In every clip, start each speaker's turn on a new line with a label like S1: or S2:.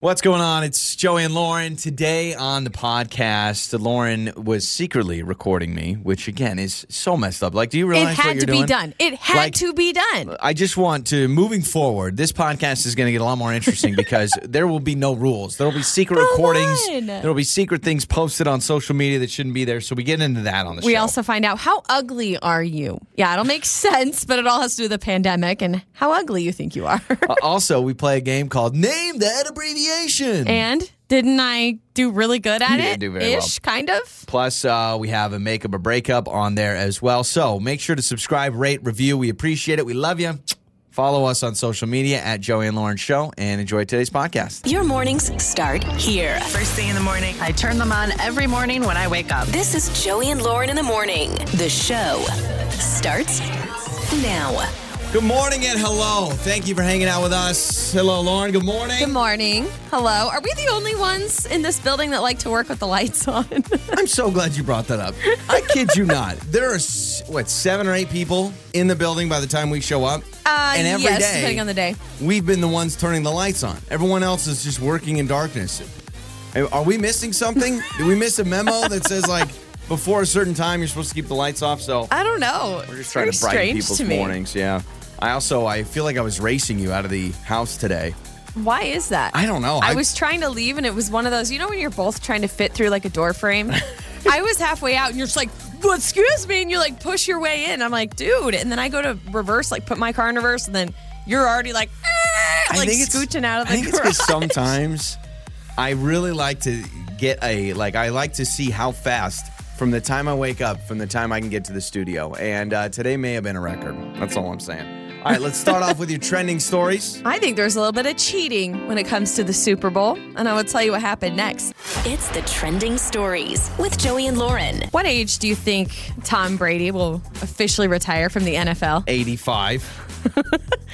S1: What's going on? It's Joey and Lauren. Today on the podcast, Lauren was secretly recording me, which again is so messed up. Like, do you realize
S2: it
S1: what
S2: had
S1: you're
S2: to be
S1: doing?
S2: done. It had
S1: Like-
S2: to be done.
S1: I just want to moving forward. This podcast is going to get a lot more interesting because there will be no rules. There will be secret
S2: Come
S1: recordings.
S2: on.
S1: There will be secret things posted on social media that shouldn't be there. So we get into that on the
S2: We
S1: show.
S2: also find out how ugly are you? Yeah, it'll make sense, but it all has to do with the pandemic and how ugly you think you are.
S1: Uh, also, we play a game called Name That Abbreviation.
S2: and didn't I do really good at
S1: You
S2: it?
S1: did do very
S2: Ish, kind of.
S1: Plus, uh, we have a makeup or breakup on there as well. So make sure to subscribe, rate, review. We appreciate it. We love you. Follow us on social media at Joey and Lauren Show and enjoy today's podcast.
S3: Your mornings start here.
S4: First thing in the morning, I turn them on every morning when I wake up.
S3: This is Joey and Lauren in the morning. The show starts now.
S1: Good morning and hello. Thank you for hanging out with us. Hello, Lauren. Good morning.
S2: Good morning. Hello. Are we the only ones in this building that like to work with the lights on?
S1: I'm so glad you brought that up. I kid you not. There are, s- what, seven or eight people in the building by the time we show up?
S2: Uh,
S1: and every
S2: yes,
S1: day,
S2: depending on the day.
S1: we've been the ones turning the lights on. Everyone else is just working in darkness. Are we missing something? Did we miss a memo that says like before a certain time you're supposed to keep the lights off? So
S2: I don't know.
S1: we're just trying
S2: Uh, It's
S1: to brighten
S2: very strange
S1: people's
S2: to me.
S1: mornings. Yeah. I also I feel like I was racing you out of the house today.
S2: Why is that?
S1: I don't know.
S2: I, was trying to leave and it was one of those, you know, when you're both trying to fit through like a door frame. I was halfway out and you're just like, well, excuse me. And you like push your way in. I'm like, dude. And then I go to reverse, like put my car in reverse. And then you're already like, "Ah," like scooching out of the
S1: I think it's
S2: garage.
S1: because sometimes I really like to get a like I like to see how fast from the time I wake up from the time I can get to the studio. And uh, today may have been a record. That's all I'm saying. All right, let's start off with your trending stories.
S2: I think there's a little bit of cheating when it comes to the Super Bowl. And I will tell you what happened next.
S3: It's the trending stories with Joey and Lauren.
S2: What age do you think Tom Brady will officially retire from the NFL?
S1: 85.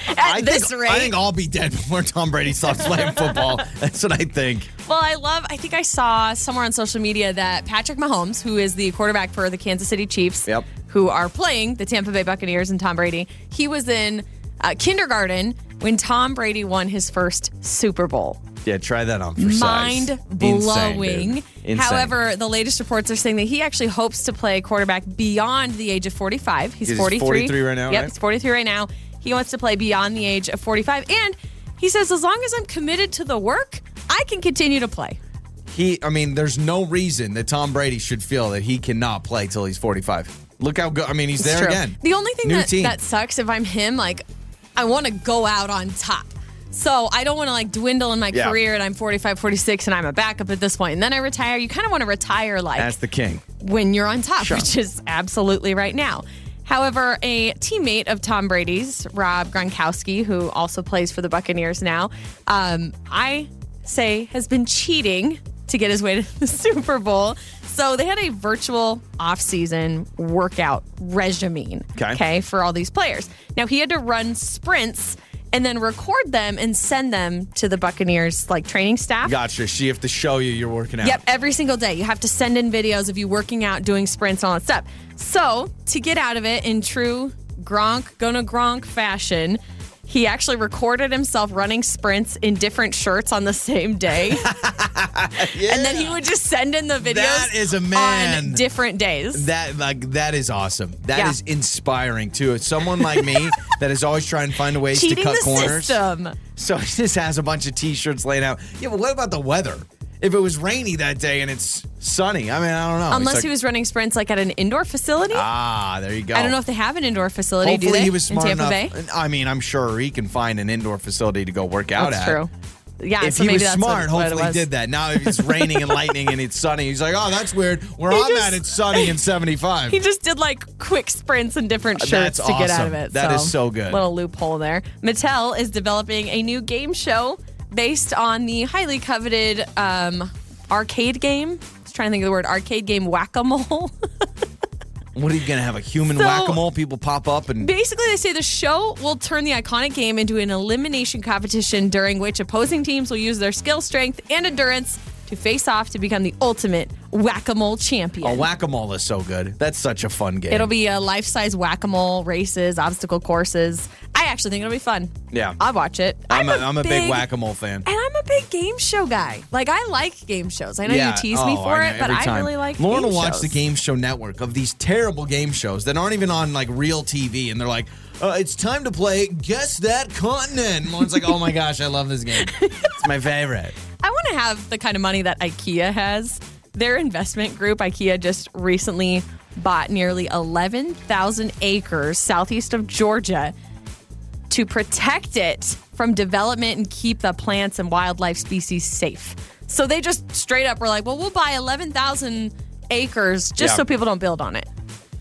S2: At
S1: I
S2: this
S1: think,
S2: rate.
S1: I think I'll be dead before Tom Brady stops playing football. That's what I think.
S2: Well, I love, I think I saw somewhere on social media that Patrick Mahomes, who is the quarterback for the Kansas City Chiefs,
S1: Yep.
S2: who are playing the Tampa Bay Buccaneers and Tom Brady, he was in uh, kindergarten when Tom Brady won his first Super Bowl.
S1: Yeah, try that on for size.
S2: Mind
S1: Insane,
S2: blowing.
S1: dude. Insane.
S2: However, the latest reports are saying that he actually hopes to play quarterback beyond the age of 45. He's
S1: He's
S2: 43.
S1: 43 right now,
S2: Yep,
S1: right?
S2: he's 43 right now. He wants to play beyond the age of 45. And he says, as long as I'm committed to the work, I can continue to play.
S1: He, I mean, there's no reason that Tom Brady should feel that he cannot play till he's 45. Look how good. I mean, he's there
S2: True.
S1: again.
S2: The only thing
S1: New
S2: that,
S1: team.
S2: that sucks if I'm him, like, I want to go out on top. So I don't want to like dwindle in my
S1: Yeah.
S2: career and I'm 45, 46 and I'm a backup at this point. And then I retire. You kind of want to retire like
S1: That's the king.
S2: when you're on top, which is absolutely right now. However, a teammate of Tom Brady's, Rob Gronkowski, who also plays for the Buccaneers now, um, I say has been cheating to get his way to the Super Bowl. So they had a virtual offseason workout regime,
S1: Okay.
S2: for all these players. Now he had to run sprints and then record them and send them to the Buccaneers like training staff.
S1: Gotcha. She have to show you you're working out.
S2: Yep, every single day. You have to send in videos of you working out, doing sprints, all that stuff. So, to get out of it in true Gronk, gonna Gronk fashion, he actually recorded himself running sprints in different shirts on the same day. And then he would just send in the videos
S1: That is a man.
S2: on different days.
S1: That like that is awesome. That is
S2: Yeah.
S1: inspiring too. It's someone like me that is always trying to find ways to
S2: Cheating
S1: cut
S2: the
S1: corners.
S2: system.
S1: So he just has a bunch of t-shirts laying out. Yeah, but what about the weather? If it was rainy that day and it's sunny, I mean, I don't know. It's
S2: Unless
S1: like-
S2: he was running sprints like at an indoor facility.
S1: ah, there you go.
S2: I don't know if they have an indoor facility. do
S1: Hopefully
S2: they,
S1: he was smart
S2: in Tampa
S1: enough.
S2: Bay?
S1: I mean, I'm sure he can find an indoor facility to go work out
S2: That's
S1: at.
S2: true. Yeah,
S1: If
S2: so
S1: he
S2: maybe
S1: was
S2: that's
S1: smart,
S2: what, what it
S1: hopefully he
S2: was.
S1: did that. Now if it's raining and lightning and it's sunny, he's like, oh, that's weird. Where
S2: He
S1: I'm
S2: just-
S1: at, it's sunny and 75.
S2: He just did like quick sprints in different
S1: That's
S2: shirts to get out
S1: awesome.
S2: of it.
S1: That
S2: That
S1: is
S2: is
S1: so good.
S2: Little loophole there. Mattel is developing a new game show based on the highly coveted um, arcade game. I was trying to think of the word arcade game whack a mole.
S1: What are you gonna have a human
S2: So-
S1: whack-a-mole? People pop up and
S2: Basically, they say the show will turn the iconic game into an elimination competition during which opposing teams will use their skill, strength, and endurance to face off to become the ultimate whack a mole champion.
S1: a whack-a-mole is so good. That's such a fun game.
S2: It'll be a life size whack a mole, races, obstacle courses. I actually think it'll be fun.
S1: Yeah.
S2: I'll watch it.
S1: I'm, a, I'm a big, whack-a-mole fan.
S2: And I'm a a big game show guy. Like I like game shows. I know you tease me
S1: Oh,
S2: for
S1: I know,
S2: it, but
S1: every
S2: I
S1: time.
S2: really like.
S1: Lauren
S2: game
S1: will watch
S2: shows.
S1: the game show network of these terrible game shows that aren't even on like real TV, and they're like, uh, "It's time to play Guess That Continent." And Lauren's like, "Oh my gosh, I love this game. It's my favorite."
S2: I want to have the kind of money that IKEA has. Their investment group, IKEA, just recently bought nearly 11,000 acres southeast of Georgia to protect it from development and keep the plants and wildlife species safe. So they just straight up were like, well, we'll buy 11,000 acres just
S1: Yeah.
S2: so people don't build on it.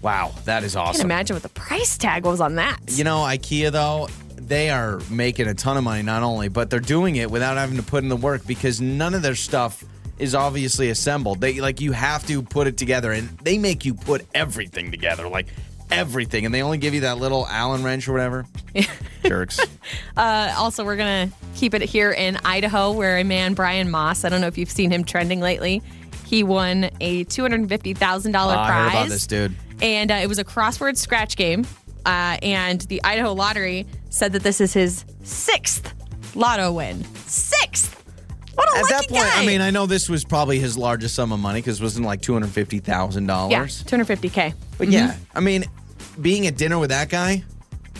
S1: Wow, that is
S2: I can
S1: awesome.
S2: imagine what the price tag was on that.
S1: You know, IKEA though, they are making a ton of money not only, but they're doing it without having to put in the work because none of their stuff is obviously assembled. They like you have to put it together and they make you put everything together, like everything, and they only give you that little Allen wrench or whatever. Jerks.
S2: Uh, also, we're going to keep it here in Idaho, where a man, Brian Moss, I don't know if you've seen him trending lately, he won a $250,000
S1: Oh,
S2: prize.
S1: I heard about this dude.
S2: And uh, it was a crossword scratch game. Uh, and the Idaho Lottery said that this is his sixth lotto win. Sixth! What a
S1: At
S2: lucky
S1: that point,
S2: guy.
S1: I mean, I know this was probably his largest sum of money because it wasn't like two hundred fifty thousand
S2: yeah,
S1: dollars.
S2: 250K.
S1: But yeah,
S2: Mm-hmm.
S1: I mean, being at dinner with that guy.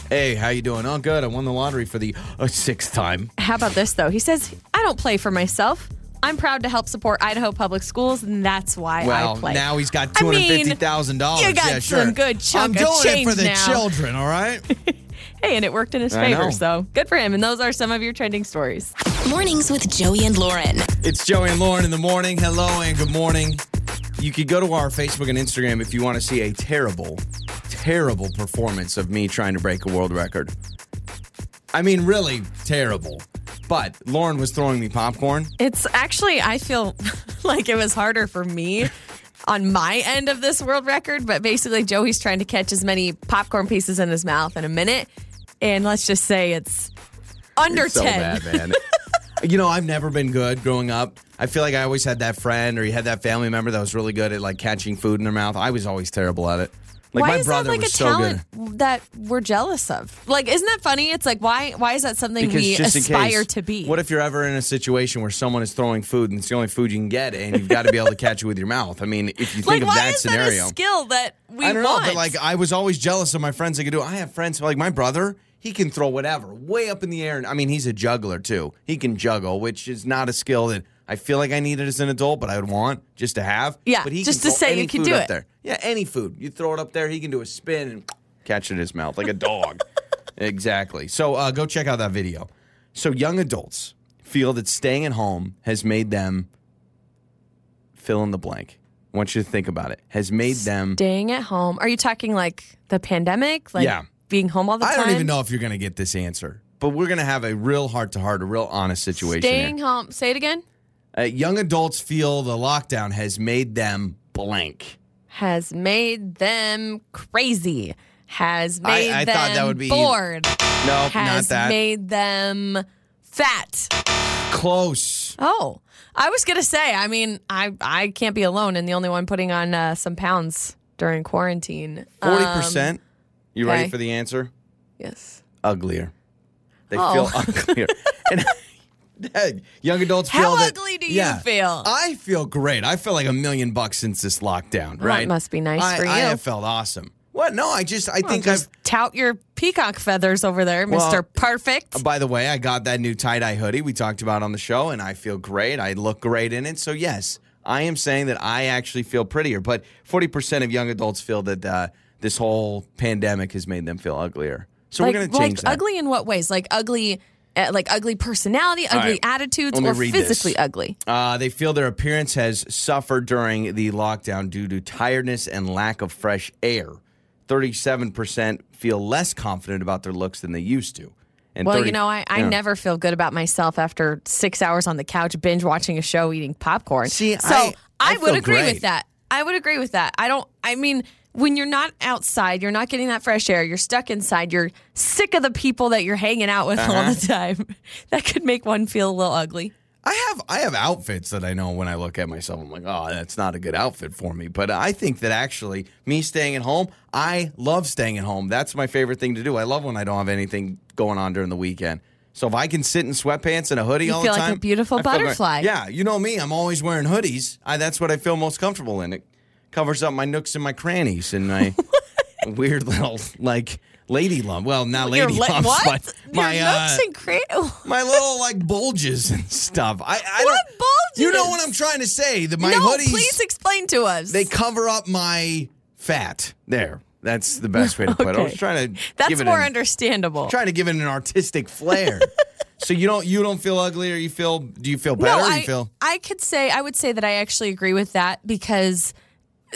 S1: Hey, how you doing? Oh, good. I won the lottery for the uh, sixth time.
S2: How about this, though? He says, I don't play for myself. I'm proud to help support Idaho public schools, and that's why
S1: Well,
S2: I play.
S1: now he's got
S2: I
S1: two hundred
S2: mean,
S1: fifty thousand dollars.
S2: you got
S1: yeah, sure.
S2: some good chunk
S1: I'm
S2: of
S1: doing it for
S2: change
S1: the
S2: now.
S1: children. All right.
S2: Hey, and it worked in his
S1: I know.
S2: favor. So good for him. And those are some of your trending stories.
S3: Mornings with Joey and Lauren.
S1: it's Joey and Lauren in the morning. Hello and good morning. You could go to our Facebook and Instagram if you want to see a terrible, terrible performance of me trying to break a world record. I mean, really terrible. But Lauren was throwing me popcorn.
S2: It's actually, I feel like it was harder for me on my end of this world record, but basically, Joey's trying to catch as many popcorn pieces in his mouth in a minute. And let's just say it's under
S1: It's so
S2: 10.
S1: bad, man. you know, I've never been good growing up. I feel like I always had that friend or you had that family member that was really good at like catching food in their mouth. I was always terrible at it. Like
S2: why
S1: my
S2: is
S1: brother
S2: that like
S1: was
S2: a
S1: so
S2: talent
S1: good.
S2: that we're jealous of? Like, isn't that funny? It's like, why Why is that something
S1: Because
S2: we
S1: just in
S2: aspire
S1: case,
S2: to be?
S1: what if you're ever in a situation where someone is throwing food and it's the only food you can get and you've got to be able to catch it with your mouth? I mean, if you think
S2: like,
S1: of
S2: why
S1: that
S2: is
S1: scenario,
S2: that a skill that we
S1: I don't
S2: want?
S1: know, but like I was always jealous of my friends that could do. it. I have friends like my brother. He can throw whatever way up in the air, and I mean he's a juggler too. He can juggle, which is not a skill that I feel like I needed as an adult, but I would want just to have.
S2: Yeah,
S1: but he
S2: just
S1: can
S2: to
S1: throw
S2: say you
S1: any
S2: can
S1: food
S2: do
S1: up
S2: it.
S1: There, yeah, any food you throw it up there, he can do a spin and catch it in his mouth like a dog. exactly. So uh, go check out that video. So young adults feel that staying at home has made them fill in the blank. I want you to think about it. Has made them
S2: staying at home. Are you talking like the pandemic? Like
S1: Yeah.
S2: being home all the
S1: I
S2: time?
S1: don't even know if you're going to get this answer, but we're going to have a real heart to heart, a real honest situation.
S2: Staying
S1: here.
S2: home. Say it again.
S1: Uh, young adults feel the lockdown has made them blank.
S2: Has made them crazy. Has made
S1: I
S2: them
S1: thought that would be-
S2: bored.
S1: No, not
S2: Has
S1: that.
S2: made them fat.
S1: Close.
S2: Oh, I was gonna say. I mean, I I can't be alone and the only one putting on uh, some pounds during quarantine.
S1: 40%.
S2: Um,
S1: you ready
S2: okay.
S1: for the answer?
S2: yes.
S1: Uglier. They
S2: Oh.
S1: feel uglier. and young adults
S2: How
S1: feel that-
S2: ugly do you
S1: yeah.
S2: feel?
S1: I feel great. I feel like a million bucks since this lockdown,
S2: Well, that
S1: right?
S2: must be nice
S1: I,
S2: for
S1: I
S2: you.
S1: have felt awesome. What? No, I just, I
S2: Well,
S1: think I've
S2: just tout your peacock feathers over there,
S1: Well,
S2: Mister Perfect.
S1: Uh, By the way, I got that new tie dye hoodie we talked about on the show, and I feel great. I look great in it. So, yes, I am saying that I actually feel prettier. But 40% of young adults feel that uh, this whole pandemic has made them feel uglier. So,
S2: like,
S1: we're going to change
S2: like
S1: that.
S2: ugly in what ways? Like ugly, uh, like ugly personality, ugly
S1: right.
S2: attitudes,
S1: Let me
S2: or
S1: read this.
S2: physically ugly.
S1: Uh, they feel their appearance has suffered during the lockdown due to tiredness and lack of fresh air. 37% feel less confident about their looks than they used to. And
S2: Well,
S1: 30
S2: you know, I, I
S1: yeah.
S2: never feel good about myself after six hours on the couch binge watching a show eating popcorn.
S1: See,
S2: so
S1: I- I
S2: would
S1: feel
S2: agree
S1: great.
S2: with that. I would agree with that. I don't. I mean, when you're not outside, you're not getting that fresh air. You're stuck inside. You're sick of the people that you're hanging out with all
S1: Uh-huh.
S2: the time. That could make one feel a little ugly.
S1: I have I have outfits that I know when I look at myself, I'm like, oh, that's not a good outfit for me. But I think that actually, me staying at home, I love staying at home. That's my favorite thing to do. I love when I don't have anything going on during the weekend. So if I can sit in sweatpants and a hoodie
S2: You
S1: all
S2: feel
S1: the
S2: like a
S1: time,
S2: beautiful
S1: I feel great.
S2: butterfly.
S1: yeah, you know me. I'm always wearing hoodies. I, that's what I feel most comfortable in. It covers up my nooks and my crannies and my weird little like lady lump. Well, not
S2: Your
S1: lady
S2: li-
S1: lumps,
S2: what?
S1: but my
S2: Your
S1: uh,
S2: nooks and cran-
S1: my little like bulges and stuff. I, I
S2: What
S1: don't, You know
S2: bulges?
S1: what I'm trying to say? That my
S2: no,
S1: hoodies
S2: please explain to us.
S1: they cover up my fat. There, that's the best way to put it. I was
S2: Okay.
S1: trying to give
S2: That's
S1: it
S2: more
S1: an-
S2: understandable.
S1: trying to give it an artistic flair. so you don't you don't feel ugly or you feel do you feel
S2: no,
S1: better? or
S2: I,
S1: you feel
S2: I could say I would say that I actually agree with that because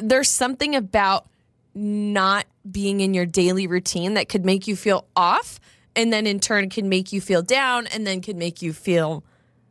S2: there's something about not being in your daily routine that could make you feel off and then in turn can make you feel down and then can make you feel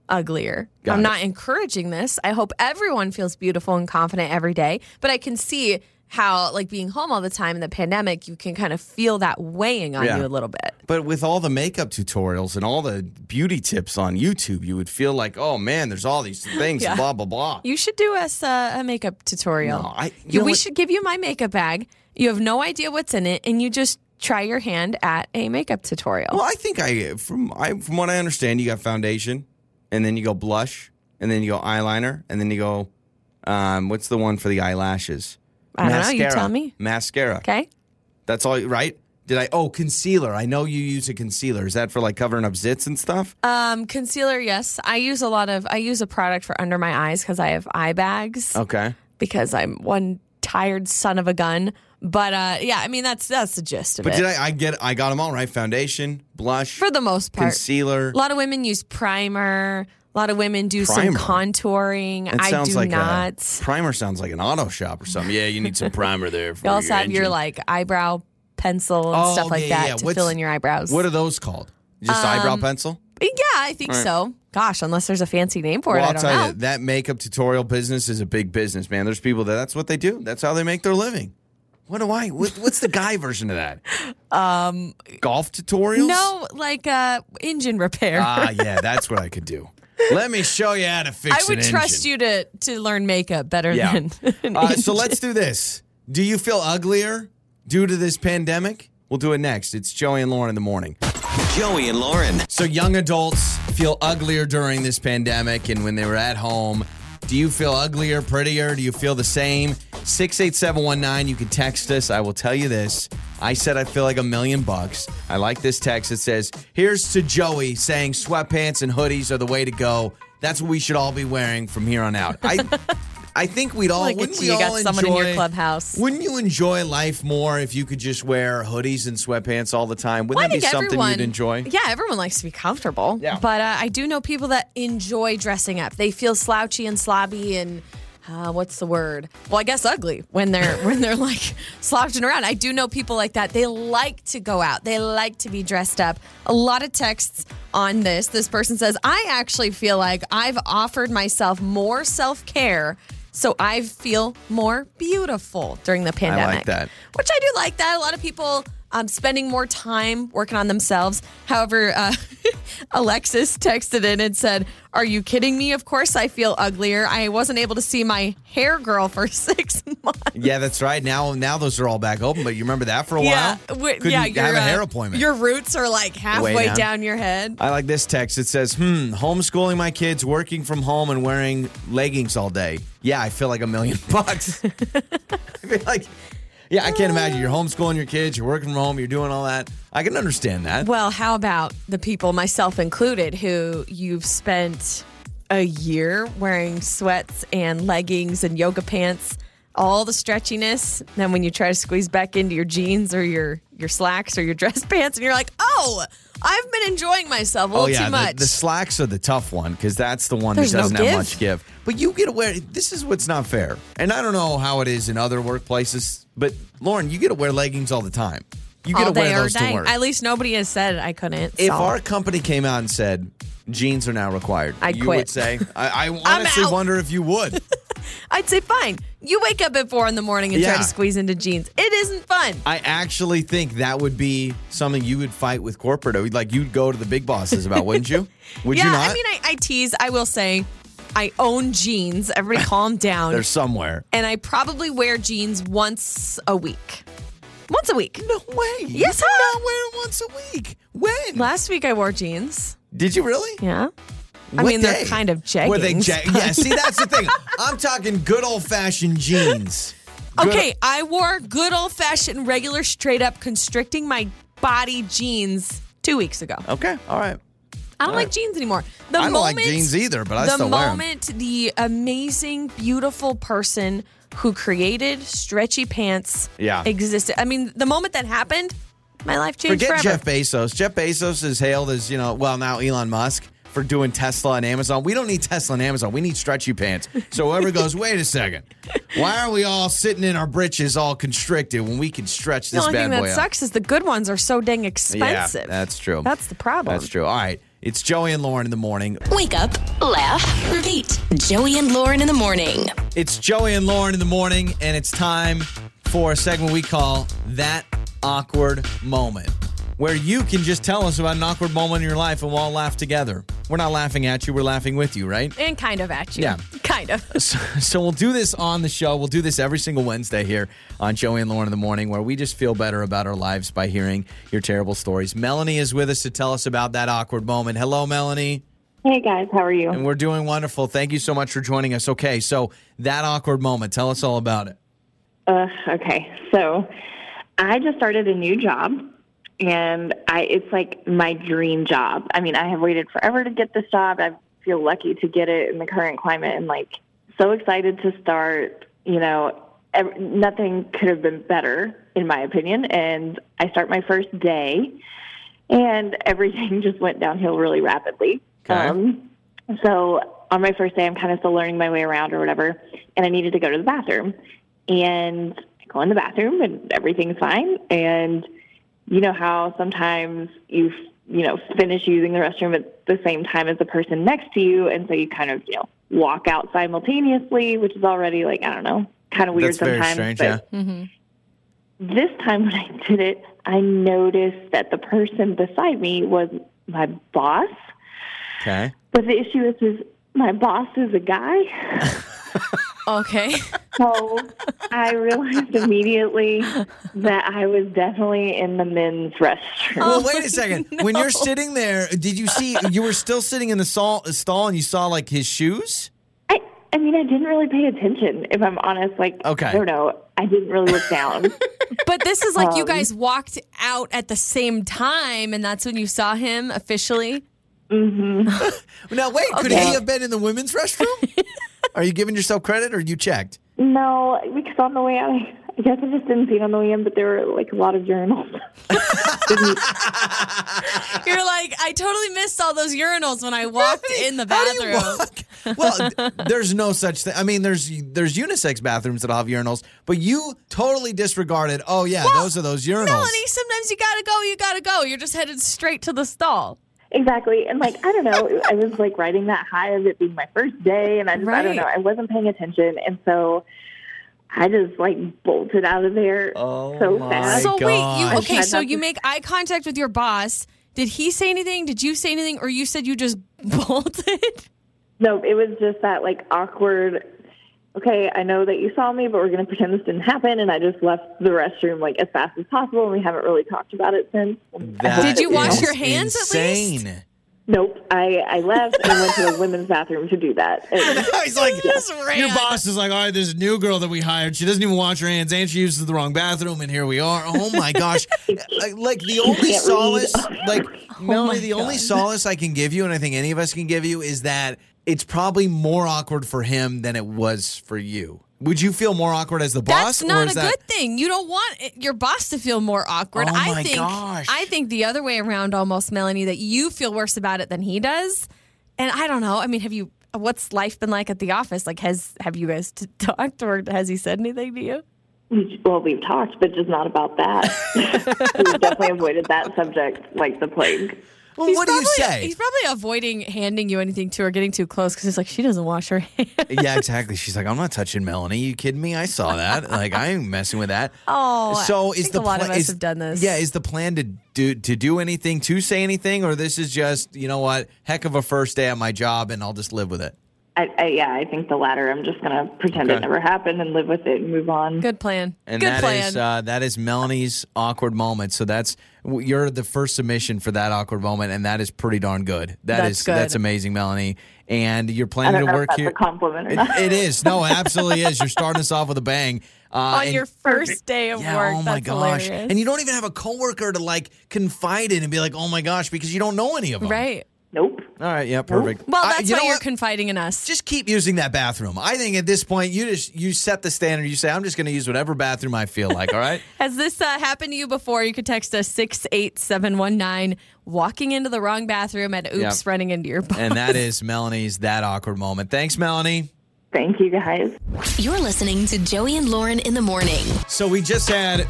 S2: uglier.
S1: Got
S2: I'm
S1: it.
S2: not encouraging this. I hope everyone feels beautiful and confident every day, but I can see how like being home all the time in the pandemic, you can kind of feel that weighing on
S1: Yeah.
S2: you a little bit.
S1: but with all the makeup tutorials and all the beauty tips on YouTube, you would feel like, oh man, there's all these things,
S2: Yeah.
S1: blah blah blah.
S2: You should do us a, a makeup tutorial.
S1: No, I- you
S2: You-
S1: know
S2: we
S1: what-
S2: should give you my makeup bag. You have no idea what's in it, and you just try your hand at a makeup tutorial.
S1: well, I think I from I from what I understand, you got foundation, and then you go blush, and then you go eyeliner, and then you go, um, what's the one for the eyelashes?
S2: I don't know. You tell me.
S1: Mascara.
S2: Okay.
S1: That's all right. Did I? Oh, concealer. I know you use a concealer. Is that for like covering up zits and stuff?
S2: Um, concealer, yes. I use a lot of. I use a product for under my eyes because I have eye bags
S1: okay.
S2: because I'm one tired son of a gun. But uh, yeah, I mean that's that's the gist of
S1: But
S2: it
S1: did I? I get. I got them all right. Foundation, blush,
S2: for the most part.
S1: concealer.
S2: A lot of women use primer. A lot of women do
S1: Primer?
S2: some contouring.
S1: It
S2: I
S1: sounds
S2: do
S1: like
S2: not.
S1: A, primer sounds like an auto shop or something. Yeah, you need some primer there. For
S2: You also have your
S1: engine.
S2: like eyebrow pencil and
S1: Oh,
S2: stuff like
S1: yeah,
S2: that
S1: yeah.
S2: to
S1: What's-
S2: fill in your eyebrows.
S1: What are those called? Just
S2: Um,
S1: eyebrow pencil.
S2: yeah, I think so. Gosh, unless there's a fancy name for it, I
S1: Well, I'll
S2: don't
S1: tell
S2: know.
S1: you that makeup tutorial business is a big business, man. There's people that that's what they do. That's how they make their living. What do I? What, what's the guy version of that? Um, golf tutorials.
S2: No, like uh, engine repair.
S1: Ah, yeah, that's what I could do. Let me show you how to fix.
S2: I would
S1: an
S2: trust
S1: engine.
S2: you to to learn makeup better
S1: Yeah.
S2: than. an
S1: Uh, so
S2: engine.
S1: let's do this. Do you feel uglier due to this pandemic? We'll do it next. It's Joey and Lauren in the morning.
S5: Joey and Lauren.
S1: So young adults feel uglier during this pandemic and when they were at home. Do you feel uglier, prettier? Do you feel the same? 68719, you can text us. I will tell you this. I said I feel like a million bucks. I like this text. It says, Here's to Joey saying sweatpants and hoodies are the way to go. That's what we should all be wearing from here on out. I I think we'd all
S2: Look at
S1: wouldn't
S2: you,
S1: we
S2: you
S1: all
S2: got someone in your
S1: enjoy-
S2: clubhouse.
S1: Wouldn't you enjoy life more if you could just wear hoodies and sweatpants all the time? Wouldn't
S2: Well, I
S1: that be
S2: think
S1: something
S2: everyone,
S1: you'd enjoy?
S2: Yeah, everyone likes to be comfortable.
S1: Yeah.
S2: But uh, I do know people that enjoy dressing up. They feel slouchy and slobby and uh, what's the word? Well, I guess ugly when they're when they're like slouching around. I do know people like that. They like to go out. They like to be dressed up. A lot of texts on this. This person says, "I actually feel like I've offered myself more self care." So I feel more beautiful during the pandemic
S1: that.
S2: which I do like that. A lot of people um, spending more time working on themselves. However, uh, Alexis texted in and said, Are you kidding me? Of course I feel uglier. I wasn't able to see my hair girl for six months.
S1: Yeah, that's right. Now, now those are all back open. But you remember that for a while?
S2: we-
S1: Couldn't
S2: yeah,
S1: have
S2: your,
S1: a hair
S2: uh,
S1: appointment.
S2: Your roots are like halfway
S1: down.
S2: down. your head.
S1: I like this text. It says, "Hmm, homeschooling my kids, working from home, and wearing leggings all day. Yeah, I feel like a million bucks. I feel like, yeah, I can't imagine. You're homeschooling your kids. You're working from home. You're doing all that. I can understand that.
S2: Well, how about the people, myself included, who you've spent a year wearing sweats and leggings and yoga pants, all the stretchiness. Then when you try to squeeze back into your jeans or your your slacks or your dress pants, and you're like, oh, I've been enjoying myself a little
S1: oh yeah,
S2: too
S1: the-
S2: much.
S1: The, slacks are the tough one because that's the one
S2: There's
S1: that
S2: no
S1: doesn't have
S2: give.
S1: much give. But you get aware. This is what's not fair, and I don't know how it is in other workplaces. But Lauren, you get to wear leggings all the time. You get
S2: all
S1: to
S2: day
S1: wear
S2: or
S1: those
S2: night.
S1: to work.
S2: At least nobody has said I couldn't.
S1: if
S2: so.
S1: our company came out and said jeans are now required,
S2: I'd
S1: you
S2: quit.
S1: would say. I, I honestly
S2: out.
S1: wonder if you would.
S2: I'd say fine. You wake up at four in the morning and
S1: Yeah.
S2: try to squeeze into jeans. It isn't fun.
S1: I actually think that would be something you would fight with corporate. Like you'd go to the big bosses about, wouldn't you? Would
S2: yeah,
S1: you not?
S2: I mean, I, I tease. I will say, I own jeans. Everybody, calm down.
S1: They're somewhere.
S2: and I probably wear jeans once a week. Once a week.
S1: No way.
S2: Yes,
S1: you
S2: huh?
S1: not wear it once a week. When?
S2: Last week I wore jeans.
S1: Did you really?
S2: Yeah. I
S1: What
S2: mean, they're
S1: day?
S2: kind of
S1: Were they
S2: jeggings,
S1: jag- Yeah, see, that's the thing. I'm talking good old fashioned jeans. Good-
S2: Okay, I wore good old fashioned, regular, straight up constricting my body jeans two weeks ago.
S1: Okay. All right.
S2: I don't like jeans anymore. The
S1: I don't
S2: moment,
S1: like jeans either, but I
S2: the
S1: still wear 'em.
S2: moment the amazing, beautiful person who created stretchy pants
S1: Yeah.
S2: existed. I mean, the moment that happened, my life changed
S1: Forget
S2: forever.
S1: Jeff Bezos. Jeff Bezos is hailed as, you know, well, now Elon Musk for doing Tesla and Amazon. We don't need Tesla and Amazon. We need stretchy pants. So whoever goes, wait a second, why are we all sitting in our britches all constricted when we can stretch
S2: the
S1: this
S2: only
S1: bad
S2: thing
S1: boy
S2: that
S1: out?
S2: sucks is the good ones are so dang expensive.
S1: Yeah, that's true.
S2: That's the problem.
S1: That's true. All right. It's Joey and Lauren in the morning.
S3: Wake up, laugh, repeat. Joey and Lauren in the morning.
S1: It's Joey and Lauren in the morning, and it's time for a segment we call That Awkward Moment, where you can just tell us about an awkward moment in your life and we'll all laugh together. We're not laughing at you, we're laughing with you, right?
S2: And kind of at you.
S1: Yeah.
S2: Kind of.
S1: So, so we'll do this on the show. We'll do this every single Wednesday here on Joey and Lauren in the morning, where we just feel better about our lives by hearing your terrible stories. Melanie is with us to tell us about that awkward moment. Hello, Melanie.
S5: Hey guys, how are you?
S1: And we're doing wonderful. Thank you so much for joining us. Okay, so that awkward moment, tell us all about it.
S5: Uh, okay, so I just started a new job, and I it's like my dream job. I mean, I have waited forever to get this job. I feel lucky to get it in the current climate, and like so excited to start. You know, ev- nothing could have been better, in my opinion. And I start my first day, and everything just went downhill really rapidly.
S1: Okay.
S5: Um, so on my first day, I'm kind of still learning my way around or whatever, and I needed to go to the bathroom. And I go in the bathroom, and everything's fine. And you know how sometimes you you know finish using the restroom at the same time as the person next to you, and so you kind of you know walk out simultaneously, which is already like I don't know, kind of weird
S1: That's very
S5: sometimes.
S1: strange,
S5: but
S1: yeah.
S5: this time when I did it, I noticed that the person beside me was my boss.
S1: Okay.
S5: But the issue is, is my boss is a guy.
S2: Okay.
S5: So I realized immediately that I was definitely in the men's restroom.
S1: Well, wait a second. When you're sitting there, did you see you were still sitting in the stall, stall and you saw like his shoes?
S5: I, I mean, I didn't really pay attention, if I'm honest. Like,
S1: Okay.
S5: I don't know. I didn't really look down.
S2: But this is like you
S1: Um,
S2: guys walked out at the same time, and that's when you saw him officially.
S1: Now wait, could he have been in the women's restroom? are you giving yourself credit or you checked?
S5: no, because on the way out, I, I guess I just didn't see it on the way in, but there were like a lot of urinals.
S2: You're like, I totally missed all those urinals when I walked in the
S1: How do you
S2: bathroom.
S1: walk? well, th- there's no such thing. I mean, there's there's unisex bathrooms that have urinals, but you totally disregarded. Oh yeah, those are those urinals.
S2: Melanie, sometimes you gotta go, you gotta go. You're just headed straight to the stall.
S5: Exactly. And like, I don't know, I was like riding that high of it being my first day and I just, I
S2: Right.
S5: don't know, I wasn't paying attention. And so I just like bolted out of there
S1: Oh,
S5: so
S1: my
S5: fast.
S2: so wait, you
S1: gosh.
S2: okay,
S5: I
S2: so
S5: tried
S2: you
S5: not to-
S2: make eye contact with your boss. Did he say anything? Did you say anything? Or you said you just bolted?
S5: No, it was just that like awkward, okay, I know that you saw me, but we're going to pretend this didn't happen. And I just left the restroom like as fast as possible. And we haven't really talked about it since.
S1: That
S2: Did you wash
S1: is
S2: your hands at least?
S1: insane.
S5: Nope. I, I left and went to the women's bathroom to do that. And-
S1: He's like,
S2: Just
S1: your
S2: ran.
S1: boss is like, all right, there's a new girl that we hired. She doesn't even wash her hands, and she uses the wrong bathroom, and here we are. Oh my gosh! I- like the only
S5: can't read.
S1: solace, like Melanie,
S2: Oh my
S1: the only solace I can give you, and I think any of us can give you, is that it's probably more awkward for him than it was for you. Would you feel more awkward as the boss,
S2: That's
S1: or
S2: not
S1: is
S2: a
S1: that?
S2: good thing. You don't want it- your boss to feel more awkward.
S1: Oh my
S2: I think
S1: gosh.
S2: I think the other way around almost Melanie that you feel worse about it than he does. And I don't know. I mean, have you what's life been like at the office? Like has have you guys t- talked or has he said anything to you?
S5: Well, we've talked, but just not about that. we've definitely avoided that subject like the plague.
S1: Well, what do you
S2: probably-
S1: say?
S2: He's probably avoiding handing you anything to or getting too close because he's like, she doesn't wash her hands.
S1: yeah, exactly. She's like, I'm not touching Melanie. You kidding me? I saw that. Like, I ain't messing with that.
S2: Oh,
S1: so
S2: I
S1: is
S2: think
S1: the
S2: a lot
S1: pla-
S2: of us
S1: is-
S2: have done this.
S1: Yeah, is the plan to do to do anything, to say anything, or this is just you know what, heck of a first day at my job, and I'll just live with it.
S5: I, I, yeah, I think the latter. I'm just gonna pretend
S1: Okay.
S5: it never happened and live with it and move on.
S2: Good plan.
S1: And
S2: Good
S1: that is
S2: plan.
S1: uh, that is Melanie's awkward moment. So that's w- you're the first submission for that awkward moment, and that is pretty darn good. that's
S2: That's good.
S1: that's amazing, Melanie. And you're
S5: I
S1: planning
S5: don't
S1: to
S5: know if
S1: work
S5: that's
S1: here.
S5: a compliment or
S1: It-
S5: not.
S1: it is no, it absolutely is. You're starting us off with a bang uh,
S2: on
S1: and-
S2: your first day of
S1: yeah,
S2: work.
S1: oh
S2: That's
S1: my gosh!
S2: hilarious.
S1: And you don't even have a coworker to like confide in and be like, "Oh my gosh," because you don't know any of them.
S2: right.
S5: nope.
S1: All right. Yeah. Perfect.
S2: Well,
S1: I-
S2: that's
S1: you
S2: why
S1: know
S2: you're
S1: what?
S2: confiding in us.
S1: just keep using that bathroom. I think at this point you just you set the standard. You say I'm just going to use whatever bathroom I feel like. All right.
S2: Has this uh, happened to you before? You could text us 68719, walking into the wrong bathroom and oops,
S1: Yeah.
S2: running into your boss.
S1: and that is Melanie's that awkward moment. Thanks, Melanie.
S5: Thank you guys.
S3: You're listening to Joey and Lauren in the morning.
S1: So we just had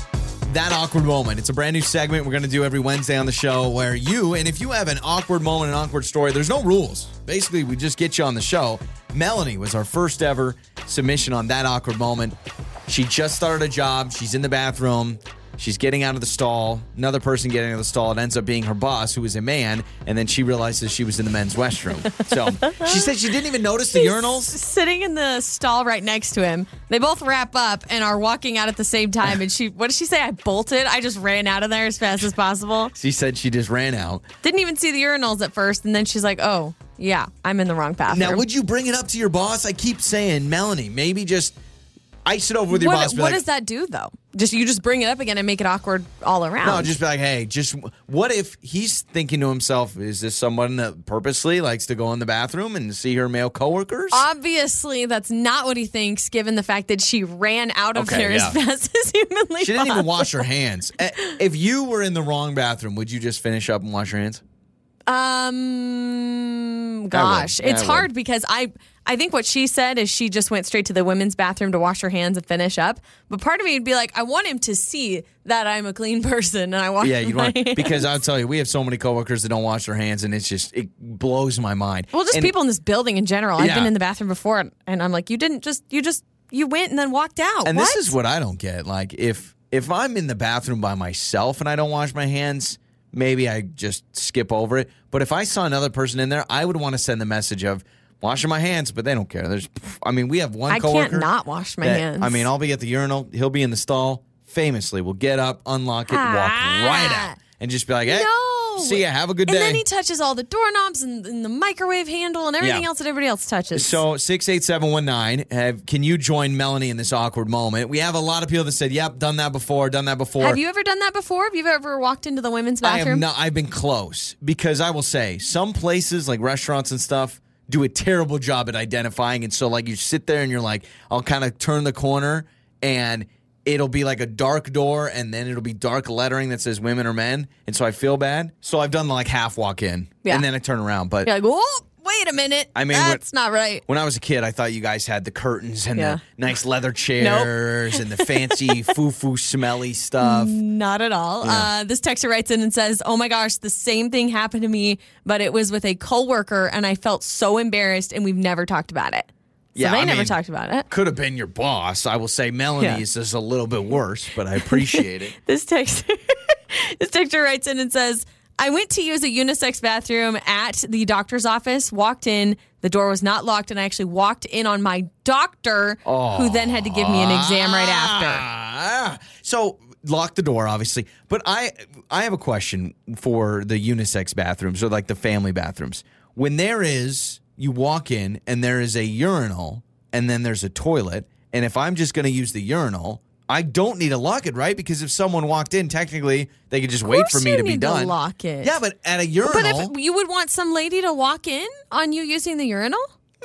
S1: that awkward moment. It's a brand new segment we're going to do every Wednesday on the show where you and if you have an awkward moment, an awkward story, there's no rules. Basically, we just get you on the show. Melanie was our first ever submission on that awkward moment. She just started a job. She's in the bathroom. She's getting out of the stall. Another person getting out of the stall. It ends up being her boss, who is a man, and then she realizes she was in the men's restroom. So she said she didn't even notice the urinals.
S2: Sitting in the stall right next to him, they both wrap up and are walking out at the same time. And she, what did she say? I bolted. I just ran out of there as fast as possible.
S1: She said she just ran out.
S2: Didn't even see the urinals at first. And then she's like, oh, yeah, I'm in the wrong bathroom.
S1: Now, would you bring it up to your boss? I keep saying, Melanie, maybe just ice it over with your
S2: what
S1: boss. Be
S2: what
S1: like,
S2: does that do though? Just you just bring it up again and make it awkward all around.
S1: No, just be like, hey, just what if he's thinking to himself, is this someone that purposely likes to go in the bathroom and see her male coworkers?
S2: Obviously, that's not what he thinks, given the fact that she ran out of
S1: Okay,
S2: there
S1: yeah.
S2: as fast as humanly
S1: she didn't even
S2: possible.
S1: wash her hands. Eh, If you were in the wrong bathroom, would you just finish up and wash your hands?
S2: Um, gosh,
S1: I
S2: it's
S1: would.
S2: hard because I I think what she said is she just went straight to the women's bathroom to wash her hands and finish up. But part of me would be like, I want him to see that I'm a clean person and I wash.
S1: Yeah, you
S2: my
S1: want because I'll tell you, we have so many coworkers that don't wash their hands, and it's just it blows my mind.
S2: Well, just
S1: And-
S2: people in this building in general.
S1: Yeah.
S2: I've been in the bathroom before, and, and I'm like, you didn't just you just you went and then walked out.
S1: And
S2: what?
S1: this is what I don't get. Like if if I'm in the bathroom by myself and I don't wash my hands, maybe I just skip over it. But if I saw another person in there, I would want to send the message of washing my hands, but they don't care. There's I mean, we have one
S2: I
S1: coworker
S2: can't not wash my
S1: that-
S2: hands.
S1: I mean, I'll be at the urinal, he'll be in the stall, famously will get up, unlock it, walk
S2: Ah.
S1: right out and just be like, "Hey,
S2: No.
S1: see ya, have a good
S2: and
S1: day."
S2: then he touches all the doorknobs and, and the microwave handle and everything
S1: Yeah.
S2: else that everybody else touches.
S1: So six eight seven one nine. Have can you join Melanie in this awkward moment? We have a lot of people that said, "Yep, done that before, done that before."
S2: have you ever done that before? Have you ever walked into the women's
S1: I have
S2: bathroom?
S1: not. I've been close because I will say some places like restaurants and stuff do a terrible job at identifying, and so like you sit there and you're like, I'll kind of turn the corner and. It'll be like a dark door, and then it'll be dark lettering that says women or men. And so I feel bad. So I've done like half walk in,
S2: Yeah.
S1: and then I turn around. But
S2: You're like, oh, wait a minute.
S1: I mean, what-
S2: that's not right.
S1: when I was a kid, I thought you guys had the curtains and
S2: Yeah.
S1: the nice leather chairs and the fancy foo foo smelly stuff.
S2: Not at all. Uh, this texter writes in and says, "Oh my gosh, the same thing happened to me, but it was with a coworker, and I felt so embarrassed, and we've never talked about it. So
S1: Yeah,
S2: they
S1: I
S2: never
S1: mean-
S2: talked about it.
S1: Could have been your boss. I will say
S2: Yeah.
S1: Melanie's is a little bit worse, but I appreciate it.
S2: This texter, this texter writes in and says, I went to use a unisex bathroom at the doctor's office, walked in, the door was not locked, and I actually walked in on my doctor, who then had to give me an exam right after.
S1: Ah. So lock the door, obviously. But I I have a question for the unisex bathrooms or like the family bathrooms. When there is you walk in and there is a urinal and then there's a toilet, and if I'm just gonna use the urinal, I don't need to lock it, right? Because if someone walked in, technically they could just wait for
S2: course
S1: me
S2: you
S1: to be
S2: need to
S1: done.
S2: lock it.
S1: Yeah, but at a urinal
S2: But if you would want some lady to walk in on you using the urinal,